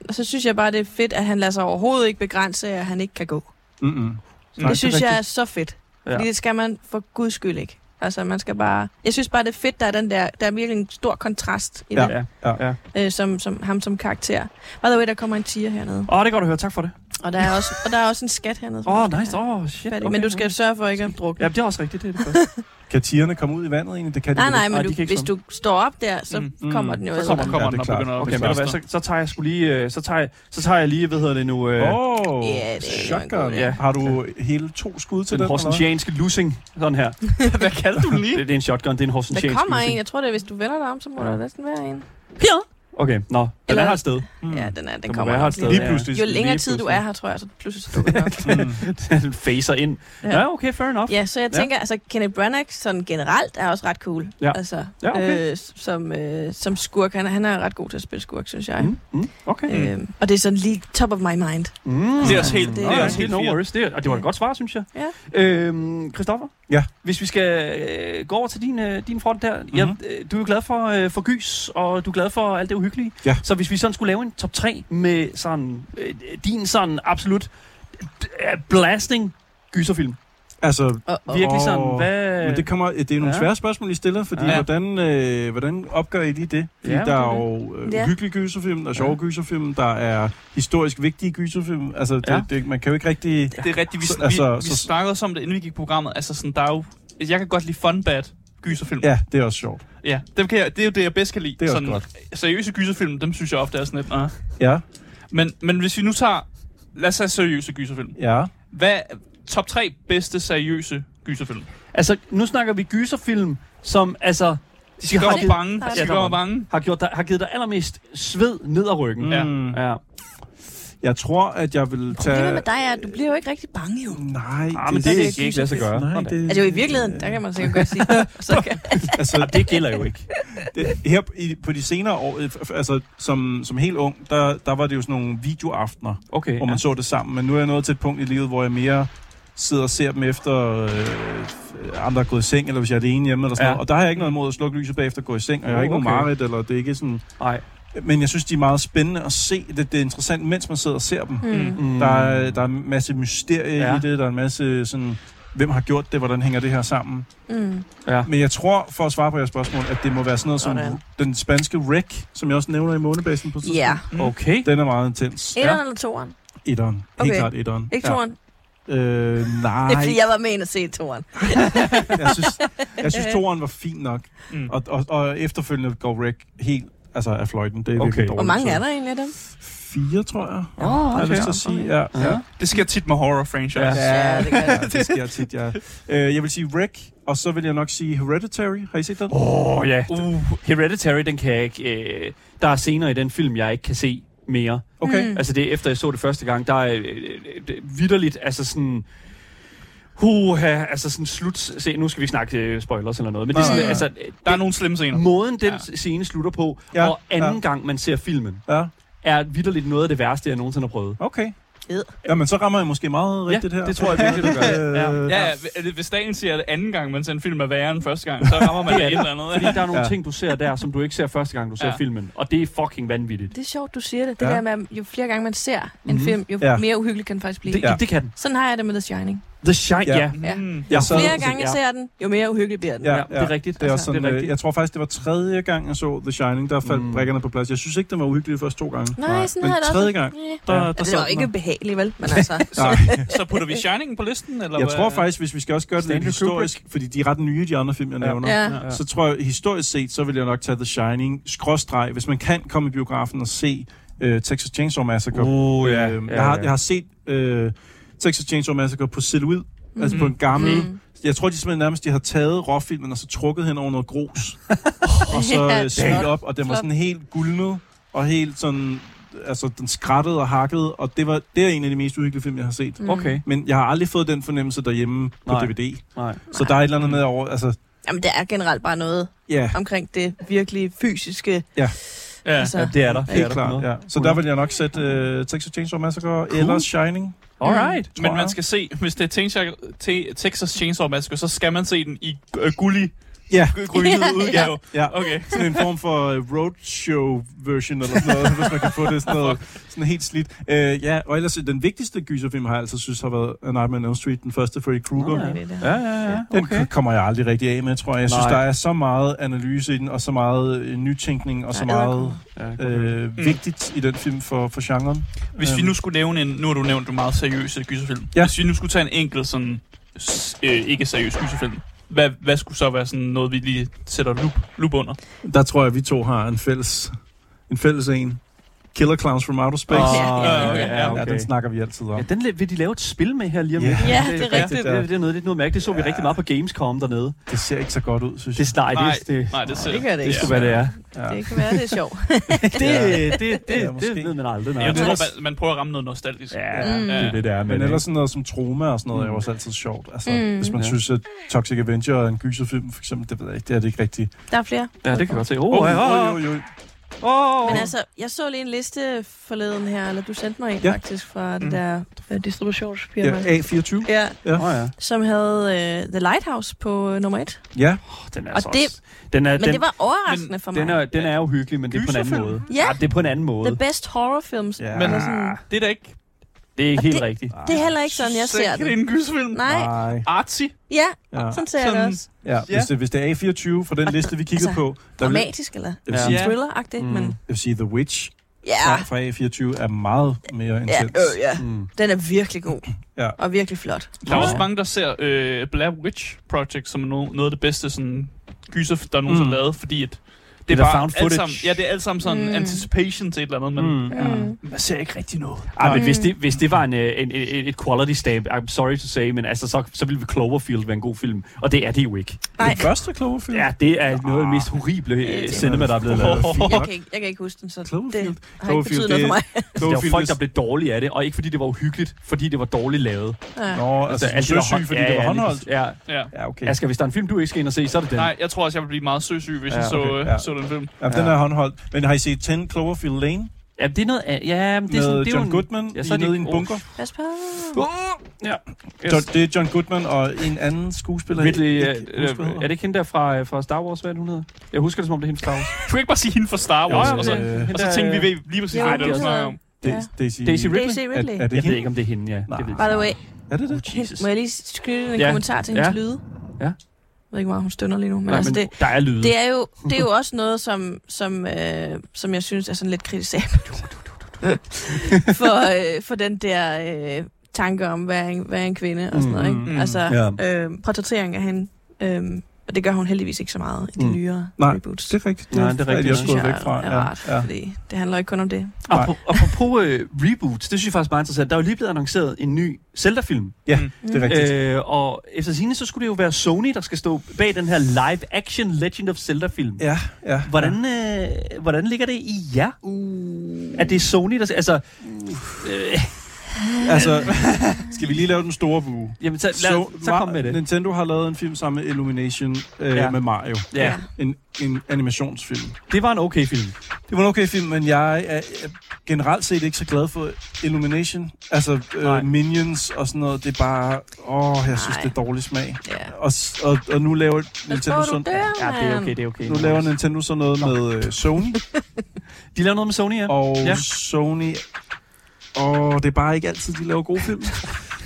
S4: Og så synes jeg bare, det er fedt, at han lader sig overhovedet ikke begrænse, at han ikke kan gå.
S5: Mm-mm.
S4: Nej, det synes jeg er så fedt.
S2: Ja.
S4: Ja. Fordi det skal man for guds skyld ikke. Altså, man skal bare... Jeg synes bare, det er fedt, der er den der... Der er virkelig en stor kontrast i
S5: Ja.
S4: det,
S2: Ja.
S4: øh, som, som, ham som karakter. By the way, der kommer en tiger hernede.
S2: Åh, oh, det er godt at høre. Tak for det.
S4: Og der er også, og der er også en skat hernede.
S2: Åh, oh, nice. Åh, oh, shit.
S4: Okay, men du skal sørge for ikke at drukke.
S2: Ja, det er også rigtigt. Det er det første.
S5: Kan tigerne komme ud i vandet egentlig? Det kan de
S4: Nej,
S5: vel
S4: nej,
S5: ikke.
S2: Nej,
S4: men du,
S2: Ah, de kan ikke
S4: hvis du står op der, så
S3: Mm,
S5: mm.
S4: mm, kommer den jo.
S2: Så
S4: Så
S3: Så
S2: kommer
S4: kommer
S2: den.
S4: den.
S3: kommer
S5: det
S3: den
S5: er
S3: og
S5: klart.
S3: begynder at
S2: Okay, men
S3: begrænse
S2: så,
S3: dig.
S2: så, så tager jeg sgu lige... øh, Så tager jeg, så tager jeg lige, hvad hedder det nu... Øh, oh,
S5: Åh,
S4: Ja, det er jo en god
S5: shotgun.
S4: idé.
S5: Ja. Har du hele to skud til
S2: den
S5: den? eller hvad?
S2: horsensianske lussing. Sådan
S4: (laughs)
S2: her.
S3: Hvad kaldte du den lige?
S2: Det, det er en shotgun. Det er en horsensiansk
S4: Der kommer en.
S2: lussing.
S4: Jeg tror, det er, hvis du vender dig om, så må der næsten være en.
S2: Okay, nå. Den
S4: Eller-
S2: er her et sted. (laughs)
S5: Mm.
S4: Ja, den, er, den,
S2: Den må
S4: kommer
S2: være her
S4: nok
S2: et sted.
S4: lige.
S5: Lige pludselig.
S4: Jo længere
S5: lige
S4: tid du er her, tror jeg, så pludselig så dukker den op.
S2: (laughs)
S5: pludselig. Mm.
S2: Den facer ind. Ja,
S4: Ja.
S2: okay, fair enough.
S4: Ja, så jeg
S2: Ja.
S4: tænker, altså Kenneth Branagh sådan generelt er også ret cool.
S2: Ja.
S4: Altså,
S2: Ja, okay.
S4: øh, s- som, øh, som skurk. Han, er- han er ret god til at spille skurk, synes jeg.
S2: Mm, mm, okay.
S4: Mm. Øh, og det er sådan lige top of my mind.
S2: Mm.
S3: Det er også helt-
S2: Nå,
S4: det er
S2: ja,
S4: også
S3: helt
S2: no
S3: fint.
S2: worries. Det, er, og det var et godt svar, synes jeg.
S4: Ja.
S2: Øhm, Christoffer?
S5: Ja.
S2: Hvis vi skal øh, gå over til din, øh, din front der. Mm-hmm. Jeg,
S5: Mhm.
S2: øh, du er jo glad for, øh, for gys, og du er glad for alt det uhyggelige.
S5: Ja.
S2: Så hvis vi sådan skulle lave en top 3 med sådan, øh, din sådan absolut øh, blasting gyserfilm.
S5: Altså,
S4: Og, og,
S2: Virkelig sådan,
S5: Åh,
S2: hvad...
S5: men det, kommer, det er nogle
S2: Øh, Ja.
S5: svære spørgsmål, I stiller, fordi
S2: Ja.
S5: ja. hvordan, øh, hvordan opgør I lige det? Fordi
S2: Ja,
S5: ja, der er
S2: det
S5: jo øh,
S4: Ja.
S5: hyggelige gyserfilm, der er sjove
S2: Ja.
S5: ja. gyserfilm, der er historisk vigtige gyserfilm. Altså, det,
S2: Ja.
S5: ja. det, man kan jo ikke rigtig...
S3: Det er rigtigt, vi,
S5: Så-
S3: altså,
S5: altså,
S3: vi, vi
S5: så-
S3: snakkede også om det, inden vi gik på programmet. Altså, sådan, der er jo, jeg kan godt lide fun bad gyserfilm.
S5: Ja, det er også sjovt.
S3: ja dem kan jeg, det er jo det, jeg bedst kan lide.
S5: Det er også
S3: sådan, Seriøse gyserfilm, dem synes jeg ofte er sådan lidt, uh.
S5: Ja,
S3: men, men hvis vi nu tager, lad os tage seriøse gyserfilm.
S5: ja.
S3: Hvad top 3 bedste seriøse gyserfilm?
S2: Altså, nu snakker vi gyserfilm, som altså...
S3: De skal
S2: har
S3: gøre mig
S2: givet-
S3: bange. De
S4: Nej.
S3: skal
S2: Ja,
S3: gøre
S2: der
S3: mig
S2: var-
S3: bange.
S2: har, gjort dig, har givet dig allermest sved ned ad ryggen.
S3: Ja.
S5: Mm.
S2: Ja.
S5: Jeg tror, at jeg vil
S4: Problemet
S5: tage...
S4: med dig er, at du bliver jo ikke rigtig bange, jo.
S5: Nej,
S2: Ah, men det, det, det kan ikke lade sig gøre.
S5: Nej,
S2: Sådan der.
S4: Altså jo, i virkeligheden, der kan man sikkert (laughs) godt sige. Så kan,
S5: (laughs) altså,
S2: Det gælder jo ikke.
S5: det, her i, på de senere år, øh, f- f- altså som, som helt ung, der, der var det jo sådan nogle videoaftener,
S2: Okay,
S5: hvor man så det sammen. Men nu er jeg nået til et punkt i livet, hvor jeg mere sidder og ser dem efter øh, f- andre er gået i seng, eller hvis jeg er alene hjemme, eller sådan
S2: Ja.
S5: ja. noget. Og der har jeg ikke noget imod at slukke lyset bagefter og gå i seng, og jeg har
S2: Oh,
S5: ikke okay.
S2: okay.
S5: nogen mareridt, eller det er ikke sådan...
S2: Nej.
S5: Men jeg synes, de er meget spændende at se. Det, det er interessant, mens man sidder og ser dem.
S4: mm.
S2: Mm.
S5: Der er, der er en masse mysterie
S2: Ja.
S5: ja. i det, der er en masse sådan, hvem har gjort det, hvordan hænger det her sammen.
S4: Mm.
S5: Men jeg tror, for at svare på jeres spørgsmål, at det må være sådan noget som
S4: Sådan.
S5: den spanske Rec, som jeg også nævner i månebasen på et tidspunkt.
S4: Ja.
S2: Okay.
S5: Den er meget intens.
S4: Etteren eller toeren?
S5: Etteren. Helt
S4: Okay.
S5: klart etteren.
S4: Ikke toeren?
S5: Ja.
S4: (laughs)
S5: Øh,
S4: Det er fordi,
S5: nej,
S4: jeg var med ind og se toeren.
S5: jeg synes,
S4: (laughs)
S5: jeg synes toeren var fin nok.
S3: Mm.
S5: Og, og, og efterfølgende går Rec helt altså, af fløjten. Det er
S2: Okay.
S5: virkelig dårligt.
S4: Hvor mange er der egentlig af dem?
S5: Fire, tror jeg.
S2: Åh,
S5: Har jeg lyst til
S2: okay.
S5: at sige, ja.
S2: Ja.
S5: ja.
S3: Det sker tit med horror franchise.
S2: Ja.
S4: Ja, det gør
S5: det sker tit, (laughs) ja. Øh, jeg vil sige Rec, og så vil jeg nok sige Hereditary. Har I set den?
S2: Åh, oh, ja.
S3: Uh,
S2: Hereditary, den kan jeg ikke... Øh, der er scener i den film, jeg ikke kan se mere.
S5: Okay.
S4: Mm.
S2: Altså, det er efter, jeg så det første gang, der er øh, øh, øh, vidderligt, altså sådan... Huha, altså sådan slut... Se, nu skal vi snakke øh, spoilers eller noget, men det er
S5: Nej,
S2: sådan,
S5: nej,
S2: altså... øh,
S3: der er nogle slemme scener.
S5: Mm.
S2: Måden, den
S3: Ja.
S2: scene slutter på,
S5: Ja,
S2: og anden
S5: ja.
S2: gang, man ser filmen,
S5: Ja,
S2: er vidderligt noget af det værste, jeg nogensinde har prøvet.
S5: okay.
S4: Ed.
S5: Jamen, så rammer jeg måske meget rigtigt
S2: ja,
S5: her.
S2: det tror jeg virkelig, du gør. Ja.
S5: (laughs) Øh,
S3: Ja, ja, hvis Daniel siger, at anden gang, man ser en film er værre end første gang, så rammer man det et eller andet.
S2: Fordi
S3: ikke?
S2: der er nogle ja.
S5: Ja.
S2: ting, du ser der, som du ikke ser første gang, du ser ja.
S3: Ja.
S2: filmen. Og det er fucking vanvittigt.
S4: Det er sjovt, du siger det. Det
S5: Ja.
S4: der med, at jo flere gange man ser en
S2: Mhm.
S4: film, jo
S5: Ja.
S4: mere uhyggelig kan den faktisk blive.
S2: Det, ja.
S5: Ja.
S2: det kan den.
S4: Sådan har jeg det med The Shining.
S2: The Shine, ja.
S5: Ja.
S2: ja.
S4: Ja.
S3: Mm.
S5: Jeg sad,
S4: Flere
S2: Så-
S4: gange jeg
S2: ja.
S4: ser den, jo mere uhyggelig bliver den.
S5: Ja,
S2: ja, det er rigtigt.
S5: det er
S4: altså,
S5: også sådan, øh,
S2: det er
S5: det
S2: rigtigt.
S5: jeg tror faktisk, det var tredje gang, jeg så The Shining, der faldt
S2: Mm.
S5: mm. brækkerne på plads. Jeg synes ikke, den var uhyggelig de første to gange.
S4: Nej, sådan
S5: Men
S4: har jeg det
S5: tredje
S4: også.
S5: gang,
S4: Ja.
S5: der, der
S4: Ja, Altså, det
S5: sad
S4: var jo
S5: den
S4: ikke
S5: der.
S4: behageligt, vel? Men altså,
S5: Nej,
S3: Så putter vi Shiningen på listen? Eller
S5: jeg
S3: hvad?
S5: tror faktisk, hvis vi skal også gøre det lidt
S2: Stanley Kubrick.
S5: historisk, fordi de er ret nye, de andre film, jeg
S2: Ja.
S5: nævner.
S4: ja.
S2: Ja.
S5: Så tror jeg, historisk set, så vil jeg nok tage The Shining, skråstreg, hvis man kan komme i biografen og se øh, Texas Chainsaw Massacre.
S2: Uh, ja.
S5: Øhm,
S2: Ja,
S5: jeg, har,
S2: ja.
S5: jeg har set øh, Texas Chainsaw Massacre på silhuet,
S2: Mhm.
S5: mm. altså på en gammel...
S4: Mm.
S5: Mm. Jeg tror, de simpelthen nærmest de har taget råfilmen og så trukket hen over noget grus,
S2: (laughs)
S5: og så
S4: Ja,
S5: øh, smidt
S4: flot.
S5: op, og den var
S4: Flot.
S5: sådan helt guldnet, og helt sådan... Altså, den skrattede og hakkede, og det, var, det er en af de mest uhyggelige film, jeg har set. Mm.
S2: Okay.
S5: Men jeg har aldrig fået den fornemmelse derhjemme på
S2: Nej.
S5: DVD.
S2: Nej.
S5: Så der er et eller andet med over... Altså,
S4: Jamen, der er generelt bare noget
S5: ja,
S4: omkring det virkelig fysiske,
S5: Ja.
S3: Ja.
S4: Altså,
S2: Ja, det er der. Det er
S5: Helt
S2: der på
S5: klart,
S2: noget.
S5: ja. Så der vil jeg nok sætte øh, Texas Chainsaw Massacre cool. eller Shining.
S2: Alright.
S5: tror
S3: Mm. Men man
S5: jeg.
S3: skal se, hvis det er Texas- Te- Texas Chainsaw Massacre, så skal man se den i øh, gullig,
S5: (laughs) Ja,
S3: grynet udgave.
S5: ja.
S3: Okay.
S5: Sådan en form for øh, roadshow-version eller sådan noget, (laughs) hvis man kan få det sådan noget sådan helt slidt. Øh, ja, og ellers den vigtigste gyserfilm har jeg altid synes har været A Nightmare on Elm Street, den første Freddy Krueger.
S4: Nej, det er det.
S2: Ja, ja, ja.
S5: Den okay. kommer jeg aldrig rigtig af med, tror jeg. Jeg synes,
S2: Nej.
S5: der er så meget analyse i den, og så meget øh, nytænkning, og så
S4: Der er
S5: meget øh,
S3: Mm.
S5: vigtigt i den film for, for genren.
S3: Hvis vi nu skulle nævne en... Nu har du nævnt en meget seriøs øh, gyserfilm.
S5: Øhm. Ja.
S3: Hvis vi nu skulle tage en enkelt sådan... s- Øh, ikke seriøs gyserfilm. Hvad, hvad skulle så være sådan noget, vi lige sætter loop, loop under?
S5: Der tror jeg, vi to har en fælles en. Fælles en. Killer Clowns from Outer Space.
S2: Åh,
S3: ja, okay, ja,
S5: Ja, den snakker vi altid om.
S2: Ja, den la- vil de lave et spil med her lige om
S5: Ja.
S2: lidt.
S4: Ja, det er rigtigt.
S2: Det, det er noget, det er noget mærkeligt. Det så vi rigtig meget på Gamescom dernede.
S5: Det ser ikke så godt ud, synes
S2: Det
S5: jeg.
S2: er nej,
S3: nej,
S2: det, det,
S3: nej, det, ser,
S4: Det gør det
S2: det er
S4: ikke.
S2: sgu, hvad det er.
S5: Ja.
S4: Det kan være, det er sjovt.
S2: Det, det, det,
S5: Ja,
S2: det,
S5: måske.
S2: det ved man aldrig. Nej.
S3: Jeg
S5: det er
S3: tror,
S5: også-
S3: man, man prøver at ramme noget nostalgisk.
S2: Ja,
S4: Mm.
S2: det er det, der er med
S5: Men
S2: det,
S5: ellers sådan noget som Troma og sådan noget er jo også altid sjovt. Altså,
S4: Mm.
S5: mm. Hvis man
S2: Ja.
S5: synes, at Toxic Avenger er en gyserfilm, for eksempel, det ved jeg ikke, det er det ikke rigtigt.
S4: Der er flere.
S2: ikke? Ja, det kan jeg godt se. Åh, ja,
S5: jo, jo.
S2: åh,
S4: Men
S2: åh.
S4: altså, jeg så lige en liste forleden her, eller du sendte mig en
S5: Ja.
S4: ja. faktisk fra
S3: Mm.
S4: det der øh, distributionsfirma.
S5: Ja,
S4: Ja.
S5: A24.
S4: ja.
S2: Åh, ja.
S4: Som havde uh, The Lighthouse på øh, nummer et.
S5: Ja,
S2: Den er
S4: Og
S2: altså
S4: det-
S2: også... Den er,
S4: Men den, det
S2: den,
S4: var overraskende for mig.
S2: den er, den er uhyggelig, men det er på en anden
S5: Gyserfilm.
S2: måde.
S4: Ja.
S2: det er på en anden måde.
S4: The best horror films.
S5: Ja.
S4: Ja.
S3: Men
S4: Men sådan,
S3: det er da ikke...
S2: Det er ikke
S4: Og
S2: helt
S4: det-
S2: rigtigt.
S4: det er heller ikke sådan, jeg ser
S3: sikkert
S4: den.
S3: en gyserfilm.
S4: Nej,
S5: nej.
S3: Artsy.
S4: ja,
S5: Ja.
S4: sådan ser jeg det
S3: Sådan-
S4: også.
S5: Ja, hvis, det, hvis det er A24 fra den liste, vi kiggede
S4: altså,
S5: på, der vil, jeg
S4: Dramatisk, eller
S5: vil
S2: Ja.
S5: sige,
S3: Ja.
S4: thriller-agtigt,
S2: Mm.
S4: men
S5: jeg vil sige The Witch
S4: ja,
S5: fra, fra A24 er meget mere
S4: ja,
S5: intens.
S4: øh, ja,
S2: Mm.
S4: den er virkelig god.
S5: Ja.
S4: Og virkelig flot.
S3: Der er
S2: Nå.
S3: også mange, der ser øh, Blair Witch Project som no- noget af det bedste sådan, gyser, der nogensinde
S2: Mm.
S3: mm. lavet, fordi at det,
S2: Det
S3: er
S2: er
S3: bare
S2: found
S3: alt
S2: footage.
S3: sammen, ja, det er alt sammen sådan
S4: Mm.
S3: mm. anticipation til et eller andet, men mm.
S2: Mm.
S4: Mm.
S3: man ser ikke rigtig noget.
S2: Ej, men hvis det, hvis det var en, øh, en, en, et quality stamp, I'm sorry to say, men altså, så, så ville Cloverfield være en god film, og det er det jo ikke.
S4: Nej,
S5: Den første Cloverfield?
S4: (laughs)
S2: Ja, det er noget af det mest horrible øh, cinema, der er blevet lavet.
S4: jeg kan, ikke, jeg kan ikke huske den, så det
S5: Cloverfield.
S4: har ikke betydet noget for mig.
S2: Altså, der var folk, der blev dårlige af det, og ikke fordi det var uhyggeligt, fordi det var dårligt lavet.
S4: (laughs) Ja.
S5: Nå, altså, altså
S2: der
S5: søsyg,
S2: hånd-
S5: fordi ja, Altså, det var
S2: ja, lige
S5: håndholdt.
S2: præcis. Ja,
S3: Ja.
S5: Ja, okay.
S2: Asger, hvis der er en film, du ikke skal ind og se, så er det den.
S3: Nej, jeg tror også, jeg ville blive meget søsyg, hvis
S2: Ja,
S3: ja, jeg så,
S2: okay,
S3: øh,
S5: ja.
S3: så den film.
S5: Ja, den er håndholdt. Men har I set 10 Cloverfield Lane
S2: Ja, det er noget af, ja, men det
S5: med
S2: er sådan, det er jo
S5: John
S2: en-
S5: Goodman
S2: Ja,
S5: ja,
S2: så er
S5: i
S2: det
S5: nede i
S2: ikke-
S5: en bunker?
S4: Pas på.
S2: Ja. Yes.
S5: John, det er John Goodman og en anden skuespiller.
S2: Ridley,
S5: Jeg
S2: øh,
S5: kan ikke
S2: øh,
S5: huske, hvad
S2: er det ikke hende der fra, øh, fra Star Wars, hvad er det, hun hedder? Jeg husker det, som om det er hende fra Star Wars.
S3: Du kan ikke bare sige hende fra Star Wars,
S5: Jo,
S3: og så,
S5: øh,
S3: og så
S2: der-
S3: tænkte vi ved lige præcis,
S4: Jo,
S3: hvad det
S2: det
S3: er, du snakker om.
S5: Det
S4: Ja.
S5: er Daisy,
S2: Daisy Ridley?
S4: Daisy
S5: Er,
S4: Ridley.
S5: er det
S2: Jeg ved
S5: hende? Ah,
S2: ikke, om det er hende, ja.
S5: Nej.
S2: Det ved
S4: By
S2: jeg.
S4: the way,
S5: Er det det?
S2: Jesus.
S4: må jeg lige skyde en
S2: Ja.
S4: ja. kommentar til
S2: Ja.
S4: hendes lyde?
S2: Ja.
S4: Jeg ved ikke, hvor meget hun stønder lige nu, men,
S2: Nej,
S4: altså,
S2: men
S4: det,
S2: der er
S5: Mm.
S2: lyde.
S4: det, er jo, det er jo også noget, som, som, øh, som jeg synes er sådan lidt
S5: (laughs)
S4: kritisabelt. for, øh, for den der øh, tanke om, hvad er, en, hvad er en kvinde og sådan noget.
S2: Mm,
S4: Ikke?
S3: mm,
S4: altså,
S5: ja.
S4: øh, portrættering af hende. Øh, og det gør hun heldigvis ikke så meget i de
S2: Mm.
S4: nyere
S5: Nej,
S4: reboots.
S5: Det er rigtigt.
S2: Nej, det er rigtigt.
S5: Jeg er
S4: synes
S5: gået
S4: jeg
S5: væk fra.
S4: er rart,
S5: Ja.
S4: fordi det handler ikke kun om det.
S2: Apro- Apropos øh, reboots, det synes jeg faktisk er meget interessant. Der er jo lige blevet annonceret en ny Zelda-film.
S5: ja,
S4: Mm.
S5: det er rigtigt.
S2: Øh, og efter sine, så skulle det jo være Sony, der skal stå bag den her live-action Legend of Zelda-film.
S5: Ja, ja.
S2: Hvordan, øh, hvordan ligger det i jer? Uh. Er det Sony, der... Altså, øh,
S5: Altså, skal vi lige lave den store bue?
S2: jamen, så, lad,
S5: So-
S2: så, så kom
S5: Ma-
S2: med det.
S5: Nintendo har lavet en film sammen med Illumination øh,
S2: Ja.
S5: ja. med Mario.
S2: Ja,
S5: En, en animationsfilm.
S2: det var en okay film.
S5: Det var en okay film, men jeg er øh, generelt set ikke så glad for Illumination. Altså
S2: Nej.
S5: øh, Minions og sådan noget. Det er bare... Åh, jeg synes,
S4: Nej.
S5: det er dårlig smag.
S4: Ja.
S5: Og, s- og, og nu laver
S4: Jeg
S5: Nintendo
S4: tror, du
S5: sådan...
S4: dør,
S2: Ja, det er okay,
S4: mand.
S2: det er okay.
S5: Nu laver Nintendo sådan noget med øh, Sony,
S2: De laver noget med Sony, ja.
S5: og
S2: Ja.
S5: ja. Sony... Og det er bare ikke altid, de laver gode film.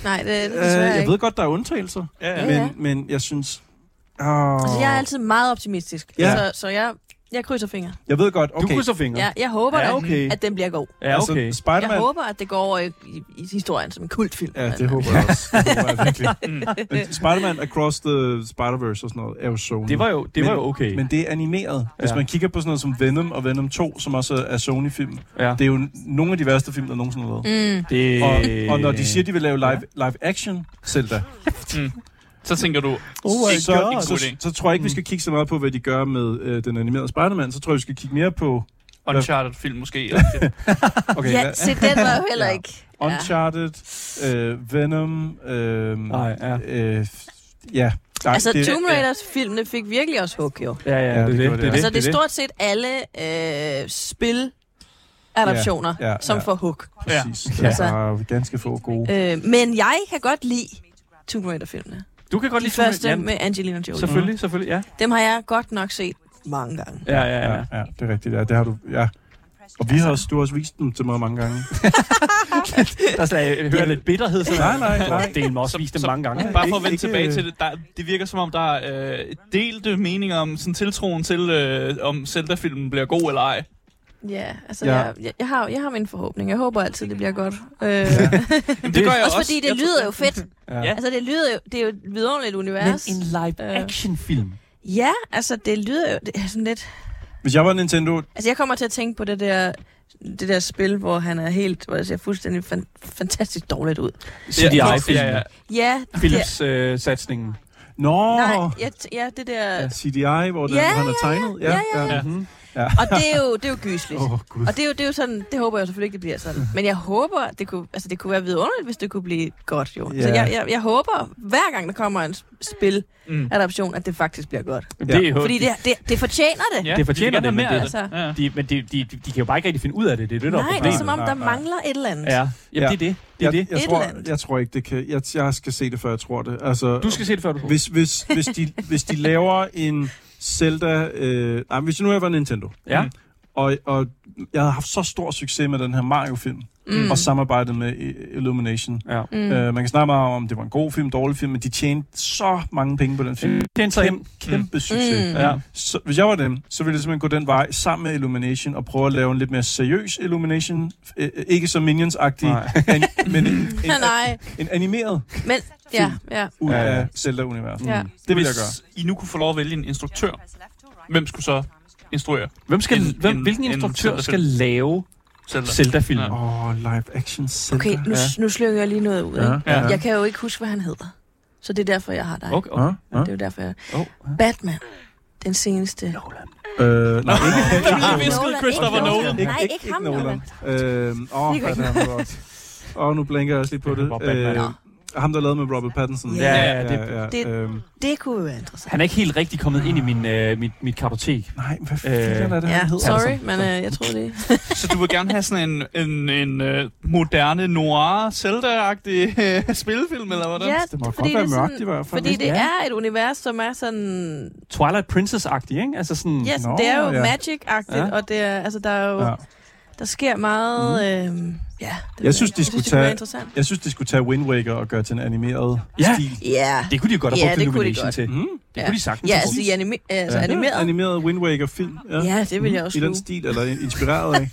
S4: Nej, det, det er
S5: Øh,
S4: desværre
S5: jeg
S4: ikke.
S5: ved godt, der er undtagelser,
S3: Ja, ja.
S5: ja.
S4: ja.
S5: men, men jeg synes... Oh, altså,
S4: Altså, jeg er altid meget optimistisk,
S5: Ja.
S4: ja. så, så jeg, jeg krydser fingre.
S5: jeg ved godt,
S2: Du
S5: okay,
S2: krydser fingre.
S4: Ja, jeg håber,
S2: Ja,
S4: ja,
S2: okay.
S4: okay. at, at den bliver god.
S2: Ja, okay.
S5: altså,
S4: Jeg
S5: Spider-Man...
S4: håber, at det går over i, i, i historien som en kultfilm.
S5: Ja,
S4: Men,
S5: det håber jeg også. Det håber jeg virkelig. Men Spider-Man Across the Spider-Verse og sådan noget er jo Sony.
S2: Det var jo, det var
S5: Men-
S2: jo okay.
S5: Men det er animeret. Hvis
S2: Ja.
S5: man kigger på sådan noget som Venom og Venom 2, som også er Sony-film,
S2: ja.
S5: det er jo n- nogle af de værste film, der nogensinde har været.
S4: Mm,
S2: det,
S5: Og, og når de siger, de vil lave live, live action Zelda,
S3: Så tænker du,
S5: oh
S3: ikke en god
S5: så,
S3: idé.
S5: så tror jeg ikke, vi skal kigge så meget på, hvad de gør med øh, den animerede Spider-Man. Så tror jeg, vi skal kigge mere på
S3: Uncharted-film måske. eller det-
S5: okay,
S4: ja,
S5: hvad-
S4: se, den var
S5: (laughs)
S4: jo heller
S5: Ja.
S4: ikke. Ja.
S5: Uncharted, øh, Venom, øh,
S2: Nej, ja.
S5: øh, ja, Nej,
S4: altså,
S5: det-
S4: Tomb Raiders-filmene fik virkelig også hug, jo.
S2: Ja, ja,
S5: Ja, det
S2: det, er det,
S5: gjorde
S2: det, er
S5: det.
S4: Altså,
S2: det.
S4: det er stort set alle øh, spil-adaptioner,
S5: Ja, ja,
S4: som
S5: ja.
S4: får hug.
S3: Ja.
S5: Præcis.
S2: Ja.
S5: Ja. Der er ganske få gode.
S4: Øh, men jeg kan godt lide Tomb Raider-filmene.
S2: Du kan godt
S4: De
S2: lide Tomb Raider.
S4: første
S2: Ja,
S4: med Angelina Jolie.
S2: Selvfølgelig, selvfølgelig, ja.
S4: Dem har jeg godt nok set mange gange.
S2: Ja, ja, ja.
S5: Ja, ja, det er rigtigt. Ja, det har du, ja. Og vi har også, du har også vist dem til mig mange gange.
S2: Der skal jeg høre lidt bitterhed. Sådan.
S5: Nej, nej, nej.
S2: Det er også vist det mange gange.
S3: Bare for at
S5: Ikke-
S3: vende
S5: ikke,
S3: tilbage
S5: øh,
S3: til det, der, det virker som om, der er øh, delte meninger om sådan tiltroen til, øh, om Zelda-filmen bliver god eller ej.
S4: Ja, altså,
S5: Ja.
S4: Jeg, jeg, jeg, har, jeg har min forhåbning. Jeg håber altid, det bliver godt. Øh,
S3: Jamen, det gør jeg også.
S4: også fordi det
S3: Jeg tror-
S4: lyder jo fedt.
S5: Ja.
S4: Altså, det lyder jo, det er jo et vidunderligt
S2: Men
S4: univers.
S2: en live-action-film.
S4: Ja, altså, det lyder jo det er sådan lidt...
S5: Hvis jeg var Nintendo,
S4: Altså, jeg kommer til at tænke på det der det der spil, hvor han er helt, hvor det ser fuldstændig fan, fantastisk dårligt ud.
S2: CGI-film.
S3: Ja, ja.
S4: Ja, det der,
S5: øh,
S2: Philips-satsningen.
S5: Nå,
S4: nej, ja, t- ja, det der,
S5: ja, CDI, hvor den,
S4: Ja,
S5: han
S4: ja,
S5: har tegnet.
S4: ja, ja,
S5: ja. Mhm.
S4: og det er jo, det er jo gysligt.
S5: Åh, Gud.
S4: Og det er, jo, det er jo sådan, det håber jeg jo selvfølgelig ikke, det bliver sådan. Men jeg håber, det kunne, altså det kunne være vidunderligt, hvis det kunne blive godt, jo. Yeah. Så
S5: Ja.
S4: jeg, jeg, jeg håber, hver gang der kommer en
S3: Mm.
S4: spil-adaption, at det faktisk bliver godt.
S2: Det, er jo-
S4: Fordi det, det, det fortjener det.
S3: Ja,
S2: Det fortjener
S3: vi
S2: det,
S3: vil gerne
S2: men
S3: have mere
S2: det-
S3: af
S4: altså-
S3: Ja.
S2: de, men de, de, de, de kan jo bare ikke rigtig finde ud af det. Det er det, der er
S4: Nej, det er
S2: problemet.
S4: som om,
S5: Nej,
S4: der
S5: nej.
S4: mangler et eller andet.
S2: Ja, jamen,
S5: Ja.
S2: det er det. Det er
S5: Jeg,
S2: det.
S5: jeg,
S4: Et eller andet.
S5: tror, jeg tror ikke, det kan... Jeg, jeg skal se det, før jeg tror det. Altså,
S2: Du skal se det, før du får.
S5: Hvis, hvis, hvis, de, hvis de laver en Zelda... Øh, nej, hvis nu jeg var Nintendo, mm,
S2: Ja.
S5: og, og jeg havde haft så stor succes med den her Mario-film, mm. og samarbejdet med I- Illumination.
S2: Ja.
S5: Mm. Øh, man kan snakke meget om, om det var en god film, dårlig film, men de tjente så mange penge på den film.
S2: Det er en så
S5: Kæmpe, kæmpe succes.
S4: Mm.
S5: Ja. Så, hvis jeg var dem, så ville jeg simpelthen gå den vej sammen med Illumination og prøve at lave en lidt mere seriøs Illumination. Øh, øh, ikke så Minions-agtig,
S2: Nej.
S5: an- (laughs) men en, en,
S4: Nej, (laughs) nej.
S5: (laughs) en animeret
S4: Men, ja, ja,
S5: ud
S2: Ja,
S5: ja,
S2: ja.
S5: af Zelda-universet.
S4: ja.
S5: Det vil jeg gøre.
S3: Hvis I nu kunne få lov at vælge en instruktør, hvem skulle så instruere
S2: Hvem skal,
S3: En-
S2: hvem,
S3: en-
S2: hvilken
S3: en
S2: instruktør
S3: Zelda-film.
S2: skal lave
S3: Zelda?
S2: Zelda-film?
S3: Ja.
S5: Åh, oh, live action Zelda.
S4: Okay, nu, nu slynger jeg lige noget ud. Ikke?
S5: Ja.
S4: Jeg kan jo ikke huske, hvad han hedder. Så det er derfor, jeg har dig.
S2: Okay, okay.
S5: Ah, ah.
S4: Det er jo derfor, jeg...
S2: Oh,
S4: Batman. Den seneste.
S5: Øh, nej,
S3: Jeg
S5: ikke,
S3: har visket
S4: Nolan,
S3: Christopher
S4: ikke
S3: Nolan.
S4: Nolan. Nej, ikke ham, Nolan.
S5: Øh, åh,
S4: Det er
S5: hvad
S4: godt.
S5: er han godt. Åh, nu blinker jeg også lige på det.
S2: Robert
S5: Øh,
S2: Pattinson.
S5: ham, der lavede med Robert Pattinson.
S4: Ja,
S2: ja, det-
S5: ja,
S4: det-
S5: øhm,
S4: Det kunne jo være interessant.
S2: Han er ikke helt rigtig kommet ind i min, øh, mit, mit kartotek.
S5: nej, hvad
S2: Øh,
S5: fanden er det,
S4: Ja,
S5: han hedder? altså-
S4: sorry, men øh, jeg troede det.
S3: Så du vil gerne have sådan en, en, en uh, moderne, noir, Zelda-agtig uh, spilfilm, eller hvordan?
S4: ja,
S5: Altså, Det må
S4: fordi
S5: godt være
S4: det er
S5: mørkt i
S4: sådan,
S5: hvert fald.
S4: Fordi det
S2: Ja.
S4: er et univers, som er sådan...
S2: Twilight Princess-agtig, ikke? Altså sådan...
S4: Yes,
S5: Nå,
S4: det er jo
S5: ja.
S4: magic-agtigt,
S2: Ja.
S4: og det er, altså, der, er jo,
S5: Ja. Mm.
S4: der sker meget... Øh, ja, det ved
S5: synes,
S4: ikke.
S5: de skulle
S4: det kunne være
S5: tage-
S4: interessant.
S5: Jeg synes, de skulle tage Wind Waker og gøre til en animeret
S2: Ja.
S5: stil.
S4: Ja,
S2: Det kunne de jo godt have
S4: Ja,
S2: brugt
S4: det kunne de
S2: Illumination
S4: godt.
S2: til.
S5: Mm.
S2: Det kunne de sagtens
S4: ja
S2: have
S4: altså, i
S2: brugt.
S4: anime, altså
S5: Ja.
S4: animeret.
S5: Animeret Wind Waker-film. Ja.
S4: Ja, det vil jeg også
S5: I den
S4: sluge.
S5: stil, eller
S4: (laughs)
S5: inspireret af.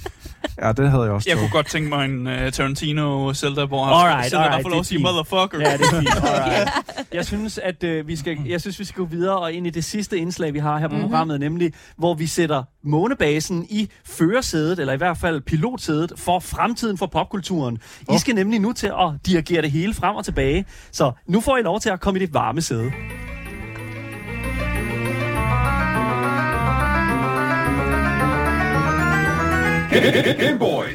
S5: Ja, det havde jeg også.
S3: Jeg
S5: taget.
S3: kunne godt tænke mig en uh, Tarantino Zelda, hvor han
S2: Alright,
S3: Zelda bare
S2: alright,
S3: får
S2: det
S3: lov
S2: er
S3: at sige
S2: fint.
S3: motherfucker.
S2: Ja, det er fint. Alright. Jeg synes, at øh, vi skal, jeg synes, vi skal gå videre og ind i det sidste indslag, vi har her på
S4: Mhm.
S2: mm-hmm. programmet, nemlig hvor vi sætter månebasen i førersædet, eller i hvert fald pilotsædet, for fremtiden for popkulturen. Oh. I skal nemlig nu til at dirigere det hele frem og tilbage, så nu får I lov til at komme i det varme sæde.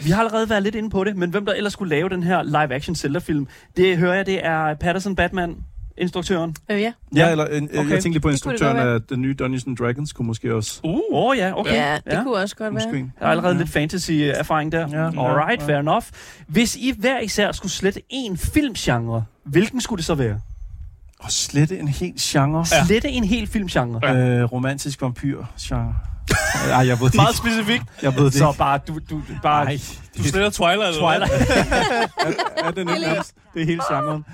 S2: Vi har allerede været lidt inde på det, men hvem der ellers skulle lave den her live-action Zelda-film, det hører jeg, det er Patterson Batman, instruktøren.
S4: Øh, ja.
S5: Ja, eller en, okay. jeg
S2: Okay.
S5: tænkte lige på
S4: Det kunne det
S5: instruktøren
S4: godt være.
S5: af den nye Dungeons and Dragons, kunne måske også...
S2: Åh uh. oh, ja, okay.
S4: ja, det kunne også godt være.
S5: Måske.
S2: Der er allerede lidt fantasy-erfaring der. Ja, Alright, fair enough. Hvis I hver især skulle slette en filmgenre, hvilken skulle det så være?
S5: Og slette en hel genre.
S2: Ja. Slette en hel filmgenre. Ja.
S5: Øh, romantisk vampyr-genre. Ej, jeg ved
S3: (laughs)
S5: det
S3: Meget
S5: ikke.
S3: specifikt.
S5: Jeg ved det
S2: Så
S5: ikke.
S2: bare, du, du, bare
S5: Ej,
S3: Du sletter Twilight, eller hvad?
S2: Twilight.
S5: er det er nærmest, det er hele genren.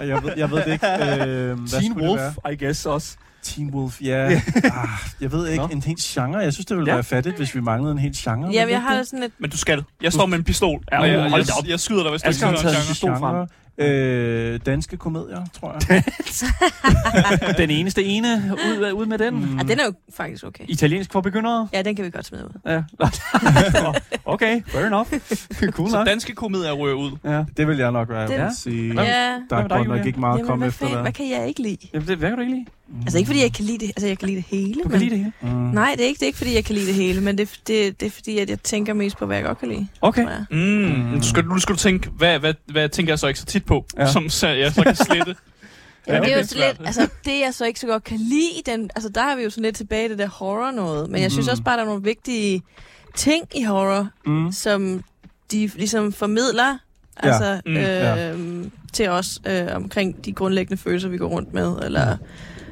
S5: Ej, Jeg ved, jeg ved
S2: (laughs)
S5: det ikke. Øh, hvad
S2: Teen
S5: skulle det være?
S2: Wolf, I guess også.
S5: Teen Wolf, ja. Ah, jeg ved ikke,
S2: Nå.
S5: en hel genre. Jeg synes, det ville
S2: Ja.
S5: være fattigt, hvis vi manglede en hel genre.
S4: Jamen, jeg har det sådan lidt...
S3: Men du skal. Jeg står med en pistol.
S2: Ja,
S3: og jeg,
S2: hold da
S3: jeg,
S2: op.
S3: jeg skyder dig, hvis du ikke
S2: Asger har
S3: siger
S2: taget en
S3: noget.
S2: pistol frem.
S5: altså, genre. Øh, danske komedier, tror jeg.
S2: Den eneste ene, ud, ud med den.
S5: Mm.
S4: Ja, den er jo faktisk okay.
S2: Italiensk for begyndere.
S4: Ja, den kan vi godt smide ud.
S2: Ja. okay, fair enough. Cool
S3: Så
S2: nok.
S3: danske komedier ryger ud.
S2: Ja.
S5: Det vil jeg nok være.
S4: Det-
S5: Jeg vil sige,
S4: Ja.
S5: der
S2: Hvad
S5: er
S2: med dig,
S5: godt nok
S2: Julia?
S5: ikke meget at
S4: Jamen,
S5: komme
S4: hvad,
S5: efter
S4: fanden,
S5: der.
S4: hvad kan jeg ikke lide?
S2: Jamen, det- Hvad kan du ikke lide?
S4: Altså ikke fordi jeg kan lide det, altså jeg kan lide det hele.
S2: Du kan
S4: men-
S2: lide det hele.
S5: Mm.
S4: Nej, det er ikke, det er ikke fordi jeg kan lide det hele, men det, det, det er fordi, at jeg tænker mest på, hvad jeg godt kan lide.
S2: Okay.
S4: tror jeg.
S3: Mm. Mm. Du skal, nu skal du tænke, hvad, hvad, hvad tænker jeg så ikke så tit på,
S2: Ja.
S3: ja. som så jeg så kan slette.
S4: Ja, det er jo
S3: okay.
S4: sådan lidt, altså det jeg så ikke så godt kan lide, i den, altså der er vi jo sådan lidt tilbage i det der horror noget, men jeg synes også bare, der er nogle vigtige ting i horror, mm. som de ligesom formidler
S5: Ja.
S4: altså,
S3: Mm,
S4: øh, til os øh, omkring de grundlæggende følelser, vi går rundt med, eller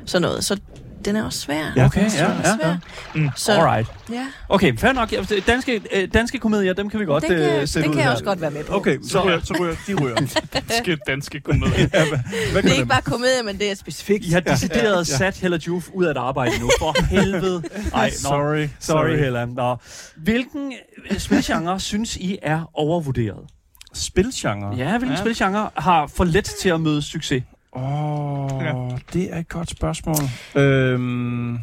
S4: sådan noget. Så den er også svær.
S5: Ja,
S2: Okay,
S5: det er
S2: ja,
S5: svært.
S4: Den er
S2: ja.
S4: svær.
S3: Mm,
S4: Så,
S2: Alright.
S4: ja,
S2: Okay, fair nok. Ja, Danske, øh, danske komedier, dem kan vi godt
S4: det kan,
S2: øh, sætte
S4: det
S2: ud
S4: kan jeg
S2: her.
S4: også godt være med på.
S5: Okay, så ryger, så ryger de ryger.
S3: Skidt danske komedie.
S5: Hvad
S4: Det
S5: gør
S4: er ikke
S5: dem?
S4: bare komedie, men det er specifikt.
S2: I har decideret ja, ja. sat Hella Juf ud af et arbejde nu. For helvede. Ej, nå.
S5: Sorry,
S2: Sorry,
S5: sorry.
S2: Hella. Nå. Hvilken øh, spilgenre synes I er overvurderet?
S5: Spilgenre.
S2: Ja, hvilken ja.
S3: Ja.
S2: spilgenre har for let til at møde succes?
S5: Åh, oh,
S3: Ja.
S5: det er et godt spørgsmål. Øhm...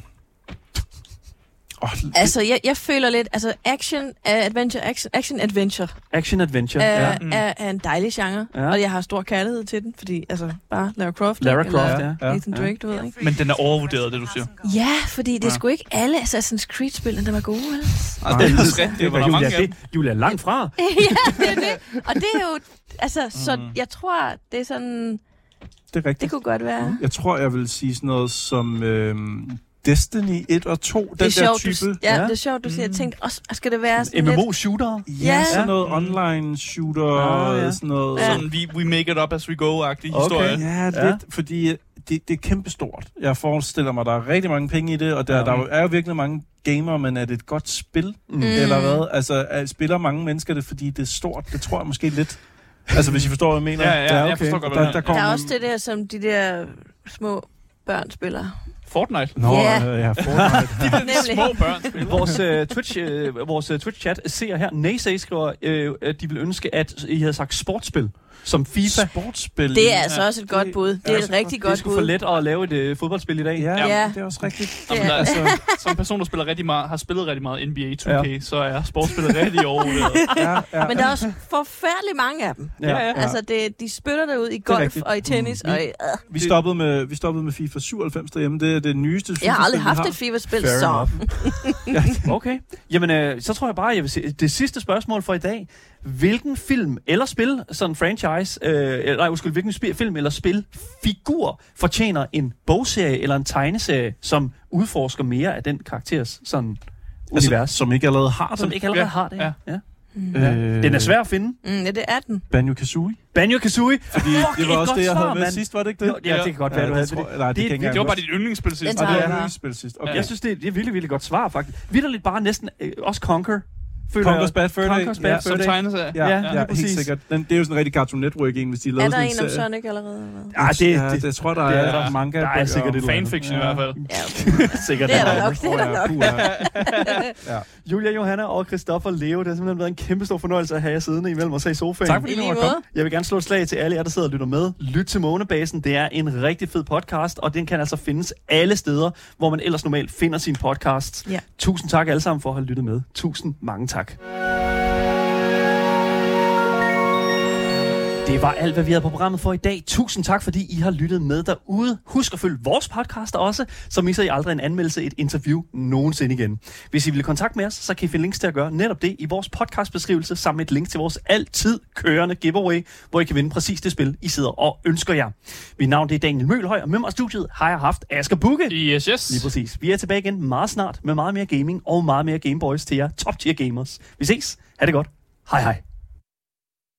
S5: Oh,
S4: Altså, jeg, jeg føler lidt, altså action, uh, adventure, action, action adventure
S2: Action adventure.
S3: Øh,
S4: er,
S2: Ja.
S4: ja. er, er en dejlig genre,
S2: Ja.
S4: ja. og jeg har stor kærlighed til den, fordi altså bare Lara Croft,
S2: Lara
S4: ikke?
S2: Croft,
S4: eller
S2: ja.
S5: ja,
S4: Nathan
S5: ja.
S4: Drake, du ved ikke?
S3: Men den er overvurderet, det du siger.
S4: Ja, fordi det er
S3: Ja.
S4: sgu ikke alle Assassin's Creed-spillene, der var gode, vel?
S3: Altså, det er også rigtigt, hvor der er mange
S2: Julia,
S3: af dem.
S2: det, Julia, langt fra.
S4: (laughs) ja, det er det. Og det er jo, altså, så
S2: Mm.
S4: jeg tror, det er sådan,
S5: Det er
S4: det
S5: rigtigt.
S4: kunne godt
S2: Mm.
S4: være.
S5: Jeg tror, jeg vil sige sådan noget som øhm, Destiny 1 og 2. Den
S4: det er
S5: der
S4: sjovt,
S5: type.
S4: Du, ja,
S2: Ja.
S4: ja, det er sjovt, du siger. Jeg tænkte også, skal det være sådan lidt...
S2: MMO-shooter.
S5: Ja,
S4: Ja.
S5: sådan noget
S3: Mm.
S5: online shooter
S2: Ah,
S5: ah,
S2: ja.
S5: ja. sådan noget.
S4: Ja.
S3: Sådan, vi, we make it up as we go-agtig historie.
S5: Ja, lidt,
S2: Ja.
S5: fordi øh, det, det er kæmpestort. Jeg forestiller mig, der er rigtig mange penge i det, og der,
S2: Ja.
S5: ja. der er jo virkelig mange gamere, men er det et godt spil, mm. eller hvad? Altså, er, spiller mange mennesker det, fordi det er stort? Det tror jeg måske lidt. Altså, hvis I forstår, hvad jeg mener.
S3: Ja, ja, jeg forstår godt, hvad du
S5: der,
S3: mener.
S5: der,
S4: Der
S5: kommer
S4: er også det der, som de der små børn
S2: (laughs)
S4: spiller.
S3: Fortnite.
S5: Nå,
S4: Ja.
S5: yeah. ja,
S3: (laughs)
S4: (laughs)
S5: Fortnite.
S4: Nemlig.
S3: Små børn.
S2: Vores, øh, Twitch, øh, vores øh, Twitch-chat ser her, Naysay skriver, øh, at de ville ønske, at I havde sagt sportsspil, som FIFA.
S5: Sportsspil.
S4: Det er altså også et godt bud. Det
S5: er
S4: er
S5: altså
S4: et rigtig
S2: Det er
S4: godt
S2: sgu for
S4: bud.
S2: let at lave et øh, fodboldspil i dag.
S5: Ja,
S4: Ja.
S5: det er også rigtigt.
S4: Det
S3: Jamen,
S4: er
S3: der,
S4: det.
S3: altså, som person, der spiller rigtig meget, har spillet rigtig meget NBA 2K, ja. så er sportsspillet rigtig overvurderet.
S5: Ja,
S4: (laughs)
S5: ja.
S4: Men der er også forfærdelig mange af dem.
S2: Ja, ja.
S4: Altså, det, de spytter derud i
S5: er
S4: golf
S5: rigtigt.
S4: og i tennis.
S5: Mm.
S4: Og i, øh.
S5: Vi stoppede med, vi stoppede med FIFA 97 derhjemme. Det er det nyeste FIFA-spil,
S4: Jeg har aldrig
S5: vi
S4: haft et FIFA-spil,
S5: Fair
S4: så...
S5: enough.
S2: Okay. Jamen, øh, så tror jeg bare, jeg vil se, det sidste spørgsmål for i dag. Hvilken film eller spil, sådan en franchise, øh, eller, nej, undskyld, hvilken spil, film eller spil, figur fortjener en bogserie eller en tegneserie, som udforsker mere af den karakteres sådan
S5: altså,
S2: univers, som,
S5: som ikke allerede har det. Øh,
S2: som ikke allerede
S3: ja,
S2: har det. Ja.
S3: ja.
S2: Ja. Ja. Den er svær at finde.
S4: Mm, ja, det er den.
S5: Banjo Kazooie.
S2: Banjo Kazooie. Fordi
S5: Fuck, det var også det, jeg havde med
S2: mand.
S5: sidst, var det ikke det?
S2: Ja, det kan godt være, du havde
S5: det. Tror, nej, det,
S2: Det-
S5: det, kan
S2: det-
S5: jeg
S3: Det var
S5: ikke
S3: bare dit yndlingsspil sidst.
S4: Den
S5: Og
S4: tager
S5: det
S4: jeg
S5: er
S4: bare.
S5: et spil sidst. Okay.
S2: Jeg synes, det er, det er virkelig, virkelig godt svar, faktisk. Vitterligt bare næsten øh, også Conquer. føler jeg.
S5: Conker's Bad Fur
S2: Conker's Bad Fur
S3: Som
S2: Day.
S3: tegnes af.
S5: Ja,
S2: Ja,
S5: ja,
S2: lige
S5: ja, helt
S2: præcis.
S5: sikkert. Den, det er jo sådan en rigtig Cartoon Network, en, hvis de lavede
S4: Er der
S5: sådan en
S4: en om
S5: serie.
S4: Sonic allerede? eller hvad?
S2: Ah, det,
S5: Ja,
S2: det,
S5: det, jeg tror, der
S2: det
S5: er,
S2: er
S5: der
S2: der.
S5: er manga.
S2: Der er sikkert et eller andet.
S3: Fanfiction i hvert fald.
S4: Ja,
S2: sikkert.
S4: det er
S2: der
S4: der nok. Det er der nok.
S2: Julia, Johanna og Christoffer Leo, det har simpelthen været en kæmpe stor fornøjelse at have jer siddende imellem os her i sofaen.
S5: Tak fordi
S4: I
S5: du
S4: lige
S5: var
S4: måde.
S5: kommet.
S2: Jeg vil gerne slå et slag til alle jer, der sidder og lytter med. Lyt til Månebasen. Det er en rigtig fed podcast, og den kan altså findes alle steder, hvor man ellers normalt finder sin podcast.
S4: Ja.
S2: Tusind tak alle sammen for at have lyttet med. Tusind mange tak. Det var alt, hvad vi havde på programmet for i dag. Tusind tak, fordi I har lyttet med derude. Husk at følge vores podcast også, så misser I aldrig en anmeldelse, et interview nogensinde igen. Hvis I vil i kontakt med os, så kan I finde links til at gøre netop det i vores podcastbeskrivelse, sammen med et link til vores altid kørende giveaway, hvor I kan vinde præcis det spil, I sidder og ønsker jer. Mit navn det er Daniel Mølhøj, og med mig i studiet har jeg haft Asger Bukke.
S3: Yes, yes.
S2: Lige præcis. Vi er tilbage igen meget snart med meget mere gaming og meget mere Gameboys til jer top tier gamers. Vi ses. Ha' det godt. Hej hej.